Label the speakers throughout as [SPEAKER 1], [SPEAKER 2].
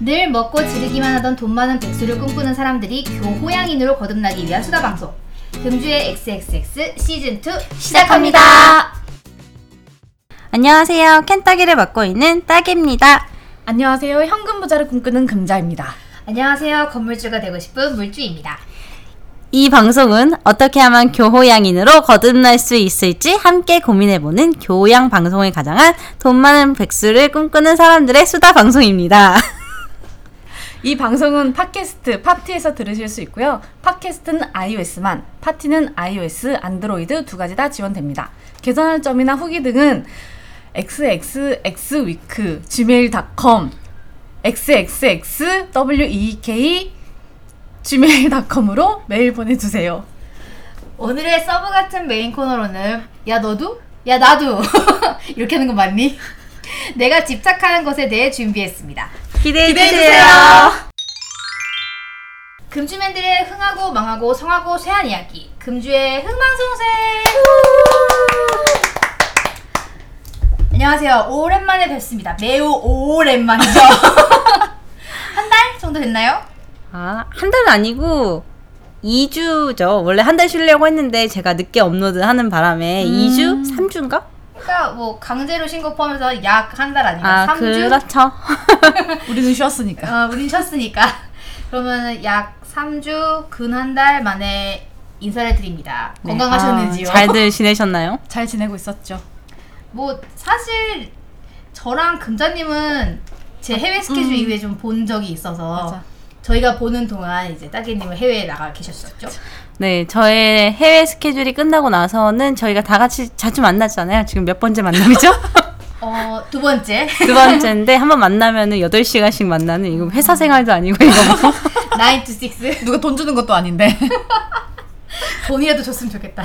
[SPEAKER 1] 늘 먹고 지르기만 하던 돈 많은 백수를 꿈꾸는 사람들이 교호양인으로 거듭나기 위한 수다 방송. 금주의 XXX 시즌 2 시작합니다.
[SPEAKER 2] 안녕하세요. 캔따기를 맡고 있는 따기입니다.
[SPEAKER 3] 안녕하세요. 현금 부자를 꿈꾸는 금자입니다.
[SPEAKER 1] 안녕하세요. 건물주가 되고 싶은 물주입니다.
[SPEAKER 2] 이 방송은 어떻게 하면 교호양인으로 거듭날 수 있을지 함께 고민해보는 교양 방송을 가장한 돈 많은 백수를 꿈꾸는 사람들의 수다 방송입니다.
[SPEAKER 3] 이 방송은 팟캐스트 파티에서 들으실 수 있고요. 팟캐스트는 iOS만, 파티는 iOS, 안드로이드 두 가지 다 지원됩니다. 개선할 점이나 후기 등은 xxxweek gmail.com xxxweek gmail.com으로 메일 보내주세요.
[SPEAKER 1] 오늘의 서브 같은 메인 코너로는 야 너도? 야 나도! 이렇게 하는 거 맞니? 내가 집착하는 것에 대해 준비했습니다.
[SPEAKER 2] 기대해주세요.
[SPEAKER 1] 금주맨들의 흥하고 망하고 성하고 쇠한 이야기 금주의 흥망성쇠 안녕하세요 오랜만에 뵙습니다 매우 오랜만이죠 한 달 정도 됐나요?
[SPEAKER 2] 아, 한 달은 아니고 2주죠. 원래 한 달 쉬려고 했는데 제가 늦게 업로드 하는 바람에 2주? 3주인가?
[SPEAKER 1] 그러니까 뭐 강제로 신고 포함해서 약 한 달 아닌가
[SPEAKER 2] 아,
[SPEAKER 1] 3주?
[SPEAKER 2] 그렇죠.
[SPEAKER 3] 우리는 쉬었으니까.
[SPEAKER 1] 어, 우린 쉬었으니까 그러면 약 3주 근 한 달 만에 인사를 드립니다
[SPEAKER 2] 네.
[SPEAKER 1] 건강하셨는지요?
[SPEAKER 2] 아, 잘들 지내셨나요?
[SPEAKER 3] 잘 지내고 있었죠.
[SPEAKER 1] 뭐 사실 저랑 금자님은 제 해외 스케줄 이후에 좀 본 적이 있어서
[SPEAKER 3] 아, 음. 맞아.
[SPEAKER 1] 저희가 보는 동안 이제 따개님은 해외에 나가 계셨었죠.
[SPEAKER 2] 네, 저의 해외 스케줄이 끝나고 나서는 저희가 다 같이 자주 만났잖아요. 지금 몇 번째 만남이죠?
[SPEAKER 1] 어 두 번째
[SPEAKER 2] 두 번째인데 한 번 만나면은 8시간씩 만나는 이거 회사 생활도 아니고 이거 뭐.
[SPEAKER 1] 나인 투 식스
[SPEAKER 3] 누가 돈 주는 것도 아닌데.
[SPEAKER 1] 돈이라도 줬으면 좋겠다.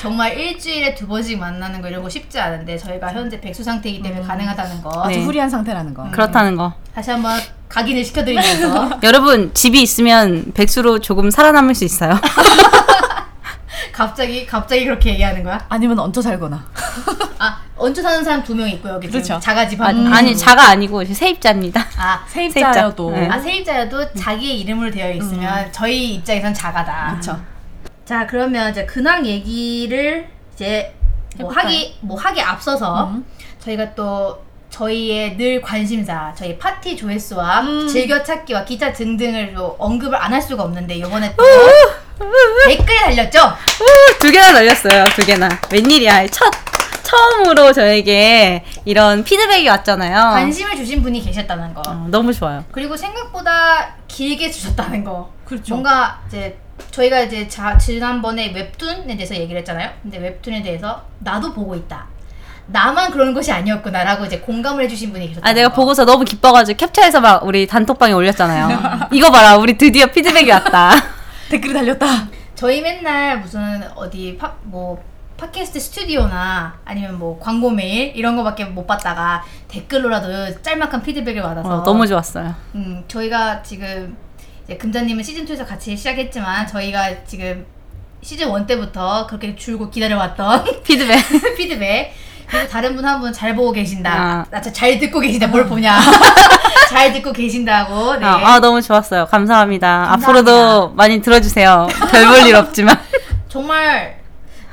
[SPEAKER 1] 정말 일주일에 두 번씩 만나는 거 이런 거 쉽지 않은데 저희가 현재 백수 상태이기
[SPEAKER 3] 음.
[SPEAKER 1] 때문에 가능하다는 거
[SPEAKER 2] 네.
[SPEAKER 3] 아주 후리한 상태라는 거.
[SPEAKER 2] 그렇다는 거.
[SPEAKER 1] 다시 한번 각인을 시켜드리면서
[SPEAKER 2] 여러분, 집이 있으면 백수로 조금 살아남을 수 있어요.
[SPEAKER 1] 음. 갑자기 갑자기 그렇게 얘기하는 거야?
[SPEAKER 3] 아니면 얹혀 살거나.
[SPEAKER 1] 아 얹혀 사는 사람 두 명 있고 여기 좀
[SPEAKER 3] 그렇죠.
[SPEAKER 1] 자가지방
[SPEAKER 2] 아, 니 자가 아니고 세입자입니다.
[SPEAKER 1] 아
[SPEAKER 3] 세입자여도
[SPEAKER 2] 세입자. 네.
[SPEAKER 1] 아
[SPEAKER 3] 음.
[SPEAKER 1] 세입자여도 자기의 이름으로 되어 있으면 저희 입장에선 작아다.
[SPEAKER 3] 그렇죠.
[SPEAKER 1] 자 그러면 이제 근황 얘기를 이제 뭐
[SPEAKER 3] 해볼까요?
[SPEAKER 1] 하기 뭐 하기 앞서서
[SPEAKER 3] 음.
[SPEAKER 1] 저희가 또 저희의 늘 관심사 저희 파티 조회수와
[SPEAKER 3] 음.
[SPEAKER 1] 즐겨찾기와 기타 등등을 또 언급을 안 할 수가 없는데 이번에 또
[SPEAKER 3] 음.
[SPEAKER 1] 댓글이 달렸죠.
[SPEAKER 2] 두 개나 날렸어요, 두 개나. 웬일이야. 첫, 처음으로 저에게 이런 피드백이 왔잖아요.
[SPEAKER 3] 어.
[SPEAKER 1] 관심을 주신 분이 계셨다는 거.
[SPEAKER 2] 어, 너무 좋아요.
[SPEAKER 1] 그리고 생각보다 길게 주셨다는 거.
[SPEAKER 3] 그렇죠.
[SPEAKER 1] 뭔가 이제 저희가 이제 자, 지난번에 웹툰에 대해서 얘기를 했잖아요. 근데 웹툰에 대해서 나도 보고 있다. 나만 그런 것이 아니었구나라고 이제 공감을 해주신 분이 계셨다.
[SPEAKER 2] 아, 내가 보고서 너무 기뻐가지고 캡처해서 막 우리 단톡방에 올렸잖아요. 이거 봐라, 우리 드디어 피드백이 왔다.
[SPEAKER 3] 댓글이 달렸다.
[SPEAKER 1] 저희 맨날 무슨 어디 팟, 뭐 팟캐스트 스튜디오나 아니면 뭐 광고 메일 이런 거밖에 못 받다가 댓글로라도 짤막한 피드백을 받아서
[SPEAKER 2] 어, 너무 좋았어요.
[SPEAKER 1] 음, 저희가 지금 이제 금자님은 시즌 2에서 같이 시작했지만 저희가 지금 시즌 1 때부터 그렇게 줄곧 기다려왔던
[SPEAKER 2] 피드백.
[SPEAKER 1] 피드백 그리고 다른 분 한 분 잘 보고 계신다.
[SPEAKER 2] 아.
[SPEAKER 1] 나잘 듣고 계신다. 뭘 보냐? 잘 듣고 계신다고. 네.
[SPEAKER 2] 아, 아, 너무 좋았어요. 감사합니다.
[SPEAKER 1] 감사합니다.
[SPEAKER 2] 앞으로도 많이 들어주세요. 별 볼 일 없지만.
[SPEAKER 1] 정말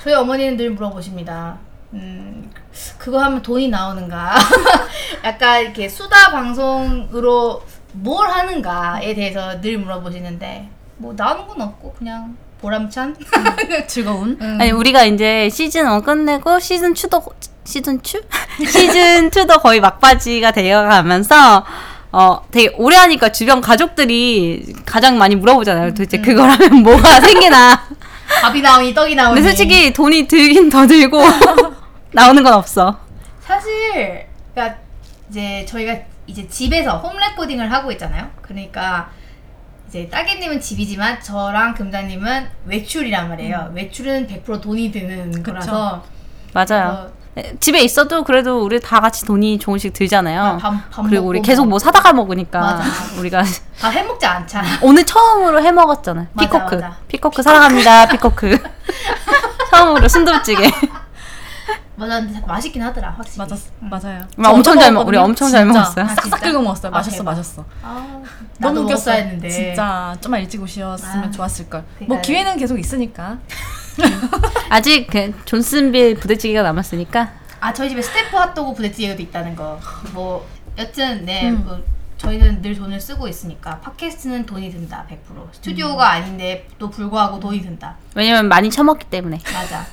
[SPEAKER 1] 저희 어머니는 늘 물어보십니다. 음, 그거 하면 돈이 나오는가? 약간 이렇게 수다 방송으로 뭘 하는가에 대해서 늘 물어보시는데 뭐 나오는 건 없고 그냥 보람찬. 음,
[SPEAKER 3] 즐거운.
[SPEAKER 2] 아니, 우리가 이제 시즌 1 끝내고 시즌 2도, 시즌 2? 시즌 2도 거의 막바지가 되어가면서 어, 되게 오래 하니까 주변 가족들이 가장 많이 물어보잖아요. 도대체 그걸 하면 뭐가 생기나.
[SPEAKER 1] 밥이 나오니 떡이 나오니.
[SPEAKER 2] 근데 솔직히 돈이 들긴 더 들고 나오는 건 없어.
[SPEAKER 1] 사실 그러니까 이제 저희가 이제 집에서 홈 레코딩을 하고 있잖아요. 그러니까 이제 따개님은 집이지만 저랑 금자님은 외출이란
[SPEAKER 2] 음.
[SPEAKER 1] 말이에요. 외출은 100% 돈이 드는 거라서 어.
[SPEAKER 2] 맞아요. 네, 집에 있어도 그래도 우리 다 같이 돈이 조금씩 들잖아요.
[SPEAKER 1] 밥, 밥
[SPEAKER 2] 그리고
[SPEAKER 1] 먹고
[SPEAKER 2] 우리 계속 뭐 사다가 먹으니까
[SPEAKER 1] 맞아.
[SPEAKER 2] 우리가
[SPEAKER 1] 다 해먹지 않잖아.
[SPEAKER 2] 오늘 처음으로 해 먹었잖아요.
[SPEAKER 1] 맞아,
[SPEAKER 2] 피코크.
[SPEAKER 1] 맞아.
[SPEAKER 2] 피코크 사랑합니다. 피코크. 처음으로 순두부찌개.
[SPEAKER 1] 맞아, 근데 맛있긴 하더라, 확실히.
[SPEAKER 3] 맞았어. 맞아요.
[SPEAKER 2] 우리 음, 엄청 잘 먹-
[SPEAKER 3] 저도
[SPEAKER 2] 우리 엄청 잘
[SPEAKER 3] 진짜.
[SPEAKER 2] 먹었어요.
[SPEAKER 1] 아,
[SPEAKER 3] 싹싹
[SPEAKER 1] 진짜?
[SPEAKER 3] 긁어 먹었어요.
[SPEAKER 1] 아,
[SPEAKER 3] 마셨어,
[SPEAKER 1] 대박.
[SPEAKER 3] 마셨어.
[SPEAKER 1] 아,
[SPEAKER 3] 너무
[SPEAKER 1] 너무
[SPEAKER 3] 웃겼어.
[SPEAKER 1] 웃겼어 했는데.
[SPEAKER 3] 진짜 좀만 일찍 오셨으면
[SPEAKER 1] 아.
[SPEAKER 3] 좋았을 걸. 뭐
[SPEAKER 1] 그러니까요.
[SPEAKER 3] 기회는 계속 있으니까.
[SPEAKER 2] 아직 그 존슨빌 부대찌개가 남았으니까
[SPEAKER 1] 아 저희 집에 스태프 핫도그 부대찌개도 있다는 거 뭐 여튼 네
[SPEAKER 3] 음.
[SPEAKER 1] 뭐, 저희는 늘 돈을 쓰고 있으니까 팟캐스트는 돈이 든다 100% 스튜디오가
[SPEAKER 3] 음.
[SPEAKER 1] 아닌데 또 불구하고 돈이 든다
[SPEAKER 2] 왜냐면 많이 처먹기 때문에
[SPEAKER 1] 맞아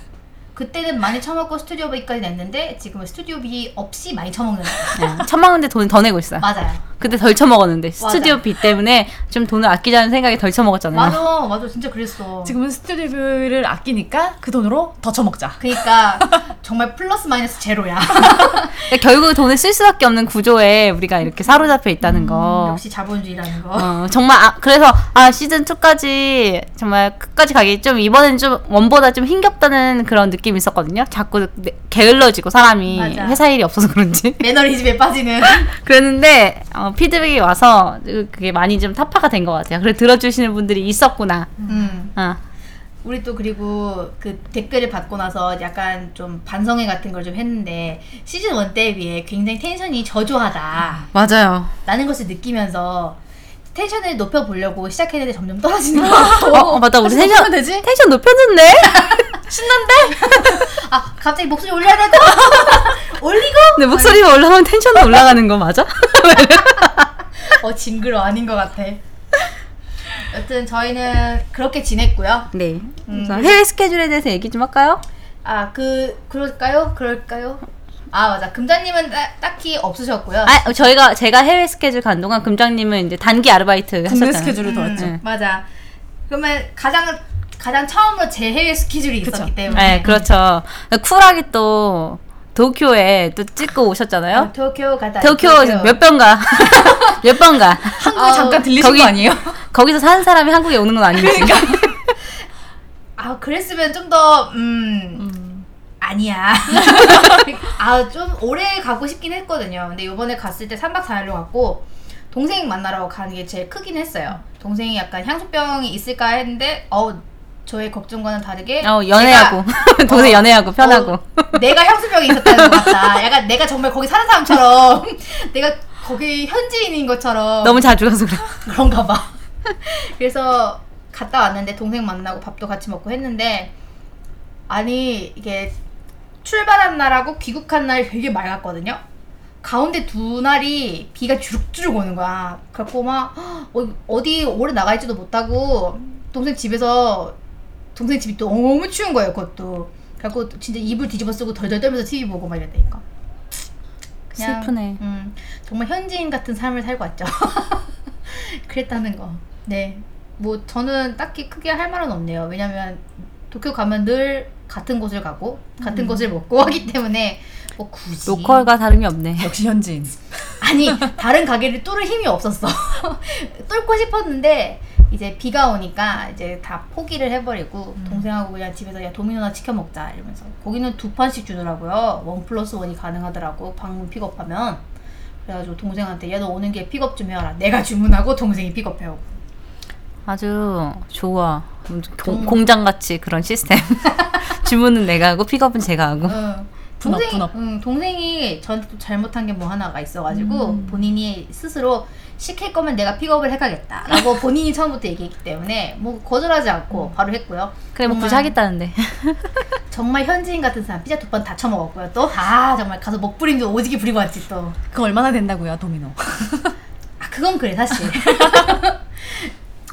[SPEAKER 1] 그때는 많이 처먹고 스튜디오비까지 냈는데 지금은 스튜디오비 없이 많이 처먹는다
[SPEAKER 2] 네. 처먹는데 돈 더 내고 있어요.
[SPEAKER 1] 맞아요
[SPEAKER 2] 그때 덜 처먹었는데
[SPEAKER 1] 맞아.
[SPEAKER 2] 스튜디오 비 때문에 좀 돈을 아끼자는 생각에 덜 처먹었잖아요.
[SPEAKER 1] 맞아 맞아 진짜 그랬어
[SPEAKER 3] 음. 지금은 스튜디오를 아끼니까 그 돈으로 더 쳐먹자.
[SPEAKER 1] 그니까 그러니까 정말 플러스 마이너스 제로야
[SPEAKER 2] 근데 결국 돈을 쓸 수밖에 없는 구조에 우리가 이렇게 사로잡혀 있다는
[SPEAKER 3] 어.
[SPEAKER 2] 거.
[SPEAKER 1] 역시 자본주의라는 거
[SPEAKER 2] 어, 정말 아, 그래서 아 시즌 2까지 정말 끝까지 가기 좀 이번엔 좀 원보다 좀 힘겹다는 그런 느낌이 있었거든요. 자꾸 내- 게을러지고 사람이
[SPEAKER 1] 맞아.
[SPEAKER 2] 회사 일이 없어서 그런지
[SPEAKER 1] 매너리즘에 빠지는
[SPEAKER 2] 그랬는데 어, 피드백이 와서 그게 많이 좀 타파가 된 것 같아요. 그래 들어주시는 분들이 있었구나.
[SPEAKER 1] 음.
[SPEAKER 2] 어.
[SPEAKER 1] 우리 또 그리고 그 댓글을 받고 나서 약간 좀 반성회 같은 걸 좀 했는데 시즌 1 때에 비해 굉장히 텐션이 저조하다
[SPEAKER 2] 맞아요.
[SPEAKER 1] 라는 것을 느끼면서 텐션을 높여보려고 시작했는데 점점 떨어지는 거
[SPEAKER 2] 어, 어, 맞다. 우리
[SPEAKER 3] 다시
[SPEAKER 2] 텐션
[SPEAKER 3] 높이면 되지?
[SPEAKER 2] 텐션 높였는데
[SPEAKER 1] 아 갑자기 목소리 올려야 되고 올리고
[SPEAKER 2] 근데 목소리만 올라가면 텐션은 올라가는 거 맞아?
[SPEAKER 1] 어 징그러 아닌 것 같아 여튼 저희는 그렇게 지냈고요
[SPEAKER 2] 네. 해외 스케줄에 대해서 얘기 좀 할까요?
[SPEAKER 1] 아 그 그럴까요 그럴까요 아 맞아 금자님은 따, 딱히 없으셨고요
[SPEAKER 2] 아, 저희가 제가 해외 스케줄 간 동안 금장님은 이제 단기 아르바이트
[SPEAKER 3] 국내
[SPEAKER 2] 네, 하셨잖아요.
[SPEAKER 3] 스케줄을 더 했죠.
[SPEAKER 2] 네.
[SPEAKER 1] 음. 맞아 그러면 가장 가장 처음으로 제 해외 스케줄이
[SPEAKER 3] 그쵸.
[SPEAKER 1] 있었기 때문에
[SPEAKER 2] 네, 그렇죠. 쿨하게 또 도쿄에 또 찍고
[SPEAKER 1] 아,
[SPEAKER 2] 오셨잖아요.
[SPEAKER 1] 도쿄
[SPEAKER 3] 네.
[SPEAKER 1] 가다.
[SPEAKER 2] 도쿄 몇 번가 몇 번가
[SPEAKER 3] 한국 잠깐 들리신
[SPEAKER 2] 거기-
[SPEAKER 3] 거 아니에요?
[SPEAKER 2] 거기서 사는 사람이 한국에 오는 건 아니지.
[SPEAKER 1] 아 그랬으면 좀 더 음. 아니야. 아, 좀 오래 가고 싶긴 했거든요. 근데 요번에 갔을 때 3박 4일로 갔고, 동생 만나러 가는 게 제일 크긴 했어요. 동생이 약간 향수병이 있을까 했는데, 어, 저의 걱정과는 다르게.
[SPEAKER 2] 어, 연애하고 동생 연애하고 편하고.
[SPEAKER 1] 어, 내가 향수병이 있었다는 것 같다. 약간 내가 정말 거기 사는 사람처럼, 내가 거기 현지인인
[SPEAKER 3] 어.
[SPEAKER 1] 것처럼.
[SPEAKER 2] 너무 자주 가서 그래.
[SPEAKER 1] 그런가 봐. 그래서 갔다 왔는데 동생 만나고 밥도 같이 먹고 했는데 아니 이게 출발한 날하고 귀국한 날이 되게 맑았거든요. 가운데 두 날이 비가 주룩주룩 오는 거야. 그래갖고 막 어, 어디 오래 나갈지도 못하고 동생 집에서 동생 집이 또 너무 추운 거예요. 그것도. 그래갖고 진짜 이불 뒤집어 쓰고 덜덜 떨면서 TV 보고 막 이랬다니까. 그냥,
[SPEAKER 2] 슬프네.
[SPEAKER 1] 음, 정말 현지인 같은 삶을 살고 왔죠. 그랬다는 거. 네. 뭐 저는 딱히 크게 할 말은 없네요. 왜냐면 도쿄 가면 늘 같은 곳을 가고 같은 곳을 먹고 하기 때문에 뭐 굳이
[SPEAKER 2] 음. 로컬과 다름이 없네.
[SPEAKER 3] 역시 현지인.
[SPEAKER 1] 아니 다른 가게를 뚫을 힘이 없었어. 뚫고 싶었는데 이제 비가 오니까 이제 다 포기를 해버리고 동생하고 그냥 집에서 야 도미노나 시켜 먹자 이러면서 고기는 두 판씩 주더라고요. 원 플러스 원이 가능하더라고 방문 픽업하면. 그래가지고 동생한테 야 너 오는 길 픽업 좀 해와라. 내가 주문하고 동생이 픽업해오고.
[SPEAKER 2] 아주 좋아. 음,
[SPEAKER 3] 음.
[SPEAKER 2] 공장 같이 그런 시스템. 주문은 내가 하고 픽업은 제가 하고.
[SPEAKER 1] 응.
[SPEAKER 3] 분업,
[SPEAKER 1] 동생이,
[SPEAKER 3] 분업.
[SPEAKER 1] 어. 응, 동생이 저한테 또 잘못한 게 뭐 하나가 있어가지고
[SPEAKER 2] 음.
[SPEAKER 1] 본인이 스스로 시킬 거면 내가 픽업을 해가겠다라고 본인이 처음부터 얘기했기 때문에 뭐 거절하지 않고 바로 했고요.
[SPEAKER 2] 음. 그래 뭐 굳이
[SPEAKER 1] 정말-
[SPEAKER 2] 하겠다는데.
[SPEAKER 1] 정말 현지인 같은 사람 피자 두 번 다 처먹었고요. 또 아 정말 가서 먹부림도 오지게 부리고 왔지 또.
[SPEAKER 3] 그 얼마나 된다고요, 도미노?
[SPEAKER 1] 아 그건 그래 사실.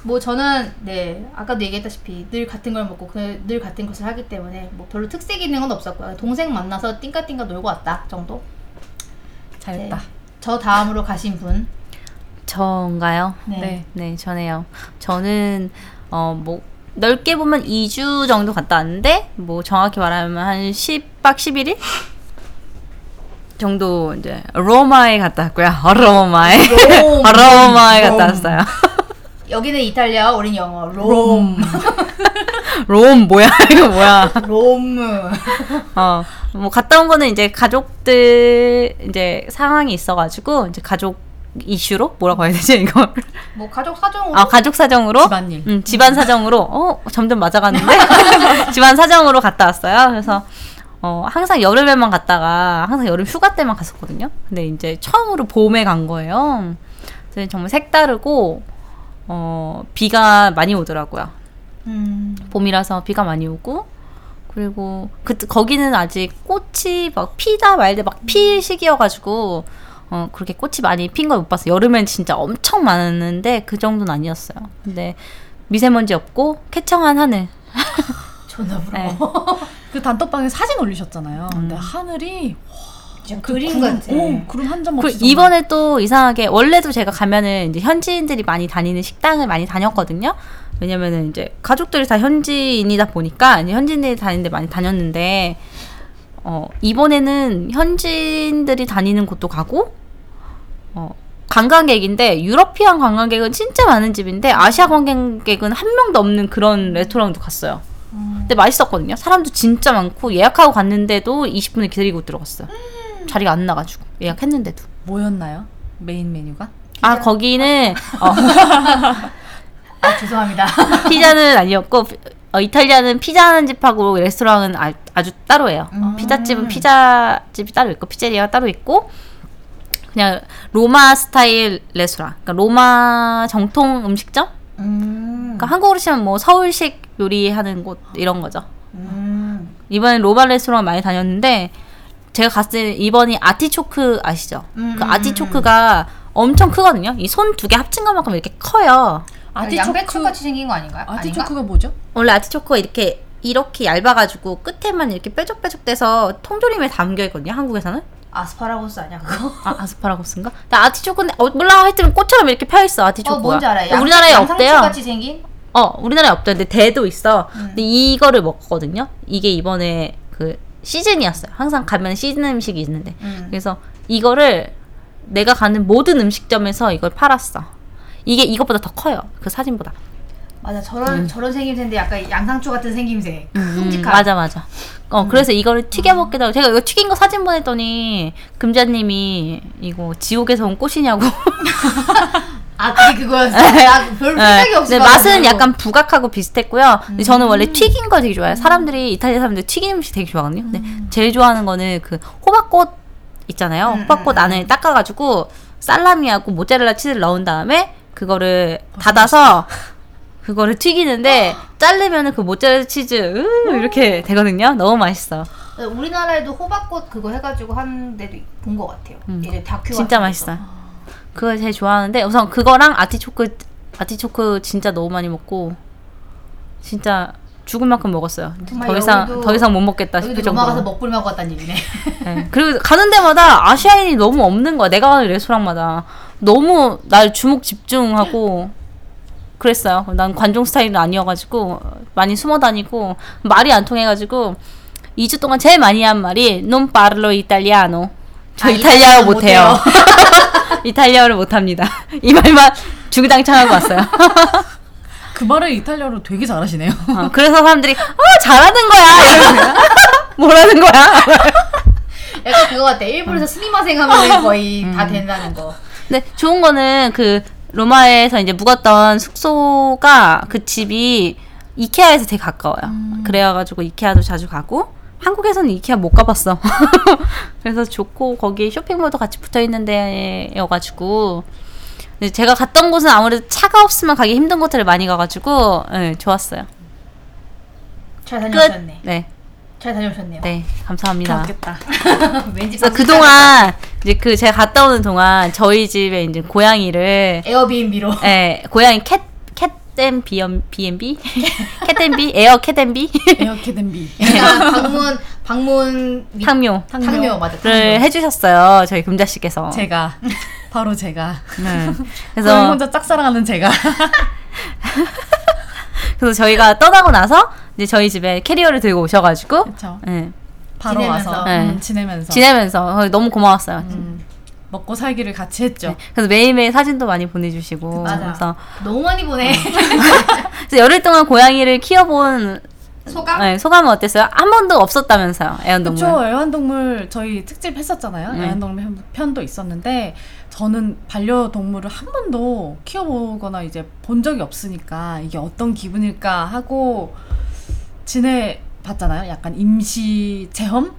[SPEAKER 1] 뭐 저는 네 아까도 얘기했다시피 늘 같은 걸 먹고 그- 늘 같은 것을 하기 때문에 뭐 별로 특색 있는 건 없었고요. 동생 만나서 띵까띵까 놀고 왔다 정도.
[SPEAKER 3] 잘했다.
[SPEAKER 1] 네. 저 다음으로 가신 분.
[SPEAKER 2] 저인가요?
[SPEAKER 1] 네.
[SPEAKER 3] 네.
[SPEAKER 2] 네, 저네요. 저는 어 뭐 넓게 보면 2주 정도 갔다 왔는데 뭐 정확히 말하면 한 10박 11일 정도 이제 로마에 갔다 왔고요. 로마에
[SPEAKER 1] 롬.
[SPEAKER 2] 로마에 갔다
[SPEAKER 1] 롬.
[SPEAKER 2] 왔어요.
[SPEAKER 1] 여기는 이탈리아, 우린 영어. 롬.
[SPEAKER 3] 롬.
[SPEAKER 2] 롬 뭐야? 이거 뭐야?
[SPEAKER 1] 롬.
[SPEAKER 2] 어, 뭐 갔다 온 거는 이제 가족들 이제 상황이 있어가지고 이제 가족 이슈로 뭐라고 해야 되지 이거?
[SPEAKER 1] 뭐 가족 사정으로
[SPEAKER 2] 아 가족 사정으로
[SPEAKER 3] 집안일.
[SPEAKER 2] 음, 집안 사정으로 어 점점 맞아가는데 집안 사정으로 갔다 왔어요. 그래서 어, 항상 여름에만 갔다가 항상 여름 휴가 때만 갔었거든요. 근데 이제 처음으로 봄에 간 거예요. 그래서 정말 색다르고 어, 비가 많이 오더라고요.
[SPEAKER 1] 음.
[SPEAKER 2] 봄이라서 비가 많이 오고 그리고 그 거기는 아직 꽃이 막 피다 말대 막 필 시기여가지고 어 그렇게 꽃이 많이 핀 걸 못 봤어. 요 여름엔 진짜 엄청 많았는데 그 정도는 아니었어요. 근데 미세먼지 없고 쾌청한 하늘.
[SPEAKER 1] 존나 부러워.
[SPEAKER 2] 네.
[SPEAKER 3] 그 단톡방에 사진 올리셨잖아요.
[SPEAKER 2] 음.
[SPEAKER 3] 근데 하늘이
[SPEAKER 1] 진짜
[SPEAKER 3] 그
[SPEAKER 1] 그림
[SPEAKER 3] 구름,
[SPEAKER 1] 같아.
[SPEAKER 3] 어, 구름 한 점
[SPEAKER 2] 그
[SPEAKER 3] 없이 정말.
[SPEAKER 2] 이번에 또 이상하게 원래도 제가 가면은 이제 현지인들이 많이 다니는 식당을 많이 다녔거든요. 왜냐면은 이제 가족들이 다 현지인이다 보니까 이제 현지인들이 다니는데 많이 다녔는데 어 이번에는 현지인들이 다니는 곳도 가고 어 관광객인데 유러피안 관광객은 진짜 많은 집인데 아시아 관광객은 한 명도 없는 그런 레스토랑도 갔어요.
[SPEAKER 1] 음.
[SPEAKER 2] 근데 맛있었거든요. 사람도 진짜 많고 예약하고 갔는데도 20분을 기다리고 들어갔어요. 자리가 안 나가지고 예약했는데도.
[SPEAKER 3] 뭐였나요? 메인 메뉴가?
[SPEAKER 2] 아 거기는 어,
[SPEAKER 1] 아, 죄송합니다.
[SPEAKER 2] 피자는 아니었고 피- 어, 이탈리아는 피자하는 집하고 레스토랑은 아, 아주 따로예요.
[SPEAKER 1] 음.
[SPEAKER 2] 피자집은 피자집이 따로 있고 피제리아가 따로 있고 그냥 로마 스타일 레스토랑, 그러니까 로마 정통 음식점.
[SPEAKER 1] 음.
[SPEAKER 2] 그러니까 한국으로 치면 뭐 서울식 요리하는 곳 이런 거죠.
[SPEAKER 1] 음.
[SPEAKER 2] 이번에 로마 레스토랑 많이 다녔는데 제가 갔을 때 이번이 아티초크 아시죠?
[SPEAKER 1] 음,
[SPEAKER 2] 그
[SPEAKER 1] 음,
[SPEAKER 2] 아티초크가 엄청 크거든요. 이 손 두 개 합친 것만큼 이렇게 커요.
[SPEAKER 1] 아, 양배추 같이 생긴 거 아닌가요? 아닌가?
[SPEAKER 3] 아티초크가 뭐죠?
[SPEAKER 2] 원래 아티초크가 이렇게 이렇게 얇아가지고 끝에만 이렇게 뾰족뾰족 돼서 통조림에 담겨 있거든요. 한국에서는
[SPEAKER 1] 아스파라거스 아니야 그거?
[SPEAKER 2] 아, 아스파라거스인가? 근데 아티초크는 어, 몰라 하여튼 꽃처럼 이렇게 펴 있어
[SPEAKER 1] 어
[SPEAKER 2] 아티초크가.
[SPEAKER 1] 뭔지 알아요. 양-
[SPEAKER 2] 우리나라에
[SPEAKER 1] 양상추 음.
[SPEAKER 2] 없대요.
[SPEAKER 1] 같이 생긴?
[SPEAKER 2] 어 우리나라에 없대요. 근데 대도 있어. 근데 이거를 먹거든요. 이게 이번에 그 시즌이었어요. 항상 가면 시즌 음식이 있는데
[SPEAKER 1] 음.
[SPEAKER 2] 그래서 이거를 내가 가는 모든 음식점에서 이걸 팔았어. 이게 이것보다 더 커요. 그 사진보다.
[SPEAKER 1] 맞아 저런 저런 생김새인데 약간 양상추 같은 생김새.
[SPEAKER 2] 음,
[SPEAKER 1] 큼직한.
[SPEAKER 2] 맞아 맞아.
[SPEAKER 1] 음.
[SPEAKER 2] 어 그래서 이거를 튀겨 먹기도 하고 제가 이거 튀긴 거 사진 보냈더니 금자님이 이거 지옥에서 온 꽃이냐고.
[SPEAKER 1] 아 그게 그거였어. 나별 생각이 없어.
[SPEAKER 2] 네. 근데 맛은 약간 부각하고 비슷했고요. 근데 저는
[SPEAKER 1] 음.
[SPEAKER 2] 원래 튀긴 걸 되게 좋아해요. 사람들이 이탈리아 사람들 튀긴 음식 되게 좋아하거든요. 근데 제일 좋아하는 거는 그 호박꽃 있잖아요.
[SPEAKER 1] 음,
[SPEAKER 2] 호박꽃 안에 닦아가지고 살라미하고 모짜렐라 치즈를 넣은 다음에 그거를
[SPEAKER 1] 어,
[SPEAKER 2] 닫아서 그거를 튀기는데 자르면은 그 모짜렐라 치즈 으, 이렇게 되거든요. 너무 맛있어.
[SPEAKER 1] 네, 우리나라에도 호박꽃 그거 해가지고 하는 데도 본 것 같아요.
[SPEAKER 2] 음.
[SPEAKER 1] 예전 다큐
[SPEAKER 2] 진짜
[SPEAKER 1] 같은 데서.
[SPEAKER 2] 맛있어요. 그걸 제일 좋아하는데 우선 그거랑 아티초크 아티초크 진짜 너무 많이 먹고 진짜 죽을 만큼 먹었어요.
[SPEAKER 1] 정말
[SPEAKER 2] 더 이상
[SPEAKER 1] 여기도-
[SPEAKER 2] 더 이상 못 먹겠다
[SPEAKER 1] 여기도
[SPEAKER 2] 싶을
[SPEAKER 1] 로마 가서
[SPEAKER 2] 그 정도로.
[SPEAKER 1] 먹불 먹고 왔다는 얘기네.
[SPEAKER 2] 네. 그리고 가는 데마다 아시아인이 너무 없는 거야. 내가 가는 레스토랑마다 너무 날 주목 집중하고 그랬어요. 난 관종 스타일은 아니어가지고 많이 숨어 다니고 말이 안 통해가지고 2주 동안 제일 많이 한 말이 non parlo italiano. 저
[SPEAKER 1] 아,
[SPEAKER 2] 이탈리아어
[SPEAKER 1] 이탈리아어
[SPEAKER 2] 못해요. 이탈리아어를 못합니다. 이 말만 주구장창하고 왔어요.
[SPEAKER 3] 그 말을 이탈리아로 되게 잘하시네요.
[SPEAKER 2] 어, 그래서 사람들이 어 잘하는 거야. 이러는 거야. 뭐라는 거야?
[SPEAKER 1] 약간 그거 같아. 일본에서 스미마생 하면 거의 다 된다는 거.
[SPEAKER 2] 근데 좋은 거는 그 로마에서 이제 묵었던 숙소가 그 집이 이케아에서 되게 가까워요.
[SPEAKER 1] 음.
[SPEAKER 2] 그래가지고 이케아도 자주 가고 한국에서는 이케아 못 가봤어. 그래서 좋고 거기 쇼핑몰도 같이 붙어 있는 데여가지고 근데 제가 갔던 곳은 아무래도 차가 없으면 가기 힘든 곳들을 많이 가가지고 예, 좋았어요.
[SPEAKER 1] 잘
[SPEAKER 2] 끝.
[SPEAKER 1] 다녀오셨네.
[SPEAKER 2] 네,
[SPEAKER 1] 잘 다녀오셨네요.
[SPEAKER 2] 네, 감사합니다.
[SPEAKER 3] 그렇겠다.
[SPEAKER 1] 왠지
[SPEAKER 2] 그래서 그 동안 이제 그 제가 갔다 오는 동안 저희 집에 이제 고양이를
[SPEAKER 1] 에어비앤비로.
[SPEAKER 2] 예, 고양이 캣, 캣앤 비엠, 비앤비? 캣앤비? 에어 캣앤비?
[SPEAKER 3] 에어캐 덴비.
[SPEAKER 1] 그러니까 방문 방문 미-
[SPEAKER 2] 탕묘를
[SPEAKER 1] 탕묘 맞아.
[SPEAKER 2] 네.
[SPEAKER 1] 탕묘.
[SPEAKER 2] 해주셨어요. 저희 금자씨께서.
[SPEAKER 3] 제가 바로 제가.
[SPEAKER 2] 네.
[SPEAKER 3] 그래서
[SPEAKER 2] 그래서,
[SPEAKER 3] 혼자 짝사랑하는 제가.
[SPEAKER 2] 그래서 저희가 떠나고 나서 이제 저희 집에 캐리어를 들고 오셔가지고
[SPEAKER 3] 그렇죠.
[SPEAKER 2] 예,
[SPEAKER 3] 바로
[SPEAKER 1] 지내면서.
[SPEAKER 3] 와서
[SPEAKER 2] 네.
[SPEAKER 3] 음, 지내면서
[SPEAKER 2] 지내면서 너무 고마웠어요.
[SPEAKER 3] 음, 먹고 살기를 같이 했죠.
[SPEAKER 2] 네. 그래서 매일매일 사진도 많이 보내주시고
[SPEAKER 1] 맞아.
[SPEAKER 2] 그래서,
[SPEAKER 1] 너무 많이 보내.
[SPEAKER 2] 그래서 열흘 동안 고양이를 키워본
[SPEAKER 1] 소감?
[SPEAKER 2] 예, 소감은 어땠어요? 한 번도 없었다면서요 애완동물
[SPEAKER 3] 아. 그쵸 애완동물 저희 특집 했었잖아요
[SPEAKER 2] 네.
[SPEAKER 3] 애완동물 편- 편도 있었는데 저는 반려동물을 한 번도 키워보거나 이제 본 적이 없으니까 이게 어떤 기분일까 하고 지내봤어요 봤잖아요. 약간 임시 체험?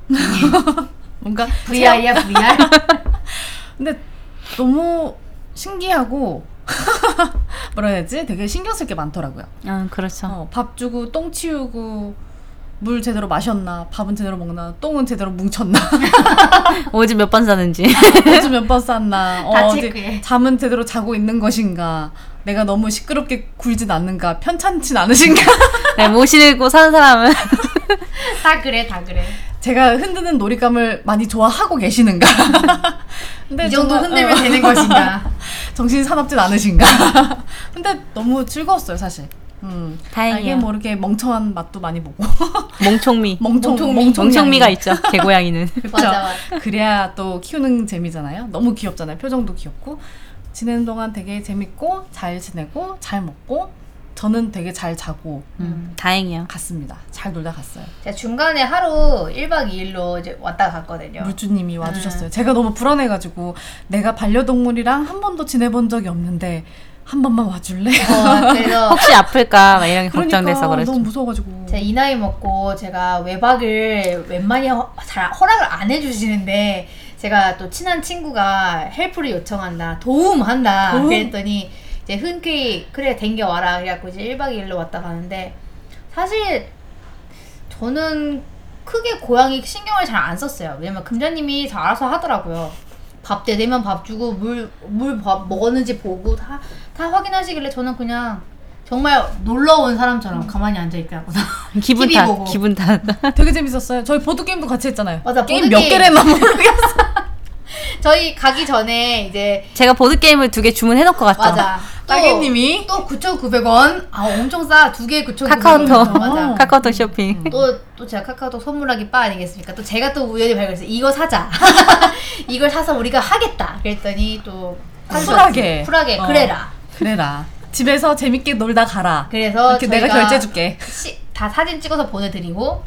[SPEAKER 3] 뭔가
[SPEAKER 1] VR이야 VR.
[SPEAKER 3] 근데 너무 신기하고 뭐라 해야 되지? 되게 신경 쓸 게 많더라고요.
[SPEAKER 2] 아, 그렇죠.
[SPEAKER 3] 어, 밥 주고 똥 치우고 물 제대로 마셨나? 밥은 제대로 먹나? 똥은 제대로 뭉쳤나?
[SPEAKER 2] 뭐 오지 몇 번 사는지.
[SPEAKER 3] 어제 몇번 쌌나? 어,
[SPEAKER 1] 다 예.
[SPEAKER 3] 어디
[SPEAKER 1] 체크해.
[SPEAKER 3] 잠은 제대로 자고 있는 것인가? 내가 너무 시끄럽게 굴진 않는가? 편찮진 않으신가?
[SPEAKER 2] 네, 모시고 사는
[SPEAKER 3] 아,
[SPEAKER 2] 사람은
[SPEAKER 1] 다 그래 다 그래.
[SPEAKER 3] 제가 흔드는 놀잇감을 많이 좋아하고 계시는가? 근데
[SPEAKER 1] 이 정도
[SPEAKER 3] 정말,
[SPEAKER 1] 흔들면
[SPEAKER 3] 어,
[SPEAKER 1] 되는 것인가.
[SPEAKER 3] 정신이 사납진 않으신가? 근데 너무 즐거웠어요, 사실. 음. 아, 이게
[SPEAKER 2] 다행이에요.
[SPEAKER 3] 뭐 이렇게 멍청한 맛도 많이 보고
[SPEAKER 2] 멍청미.
[SPEAKER 3] 멍청
[SPEAKER 1] 멍청미.
[SPEAKER 2] 멍청미가 있죠. 개고양이는.
[SPEAKER 1] 맞아 맞아.
[SPEAKER 3] 그래야 또 키우는 재미잖아요. 너무 귀엽잖아요. 표정도 귀엽고 지내는 동안 되게 재밌고 잘 지내고 잘 먹고 저는 되게 잘 자고
[SPEAKER 2] 음, 다행이에요.
[SPEAKER 3] 갔습니다. 잘 놀다 갔어요.
[SPEAKER 1] 제가 중간에 하루 1박 2일로 이제 왔다 갔거든요.
[SPEAKER 3] 물주님이 와주셨어요. 제가 너무 불안해가지고 내가 반려동물이랑 한 번도 지내본 적이 없는데 한 번만 와줄래?
[SPEAKER 1] 어, 그래서
[SPEAKER 2] 혹시 아플까 막 이런 게 걱정돼서
[SPEAKER 3] 그러니까
[SPEAKER 2] 그랬죠.
[SPEAKER 3] 너무 무서워가지고
[SPEAKER 1] 제가 이 나이 먹고 제가 외박을 웬만히 허, 잘 허락을 안 해주시는데 제가 또 친한 친구가 헬프를 요청한다 도움한다
[SPEAKER 3] 도움?
[SPEAKER 1] 그랬더니 이제 흔쾌히 그래 댕겨와라 그래갖고 이제 1박 2일로 왔다 가는데 사실 저는 크게 고양이 신경을 잘 안 썼어요 왜냐면 금자님이 다 알아서 하더라고요 밥 때 되면 밥 주고 물물밥 먹었는지 보고 다 다 확인하시길래 저는 그냥 정말 놀러 온 사람처럼 가만히 앉아 있더라고요.
[SPEAKER 2] 기분
[SPEAKER 1] TV
[SPEAKER 2] 탓.
[SPEAKER 1] 보고.
[SPEAKER 2] 기분 탓.
[SPEAKER 3] 되게 재밌었어요. 저희 보드 게임도 같이 했잖아요.
[SPEAKER 1] 맞아,
[SPEAKER 3] 게임
[SPEAKER 1] 보드게임.
[SPEAKER 3] 몇 개랬나 모르겠어.
[SPEAKER 1] 저희 가기 전에 이제
[SPEAKER 2] 제가 보드 게임을 두 개 주문해 놓고 갔죠.
[SPEAKER 1] 맞아. 또-
[SPEAKER 3] 따개님이
[SPEAKER 1] 또 9,900원. 아 엄청 싸. 두 개에 9,900원.
[SPEAKER 2] 카카오톡.
[SPEAKER 3] 어,
[SPEAKER 1] 맞아.
[SPEAKER 2] 카카오톡 쇼핑.
[SPEAKER 3] 음,
[SPEAKER 1] 또 또 제가 카카오톡 선물하기 빠 아니겠습니까? 또 제가 또 우연히 발견했어요. 이거 사자. 이걸 사서 우리가 하겠다. 그랬더니 또
[SPEAKER 3] 쿨하게.
[SPEAKER 1] 쿨하게
[SPEAKER 3] 어.
[SPEAKER 1] 그래라.
[SPEAKER 3] 그래라. 집에서 재밌게 놀다 가라.
[SPEAKER 1] 그래서
[SPEAKER 3] 이렇게 내가
[SPEAKER 1] 저희가
[SPEAKER 3] 결제해줄게.
[SPEAKER 1] 시- 다 사진 찍어서 보내드리고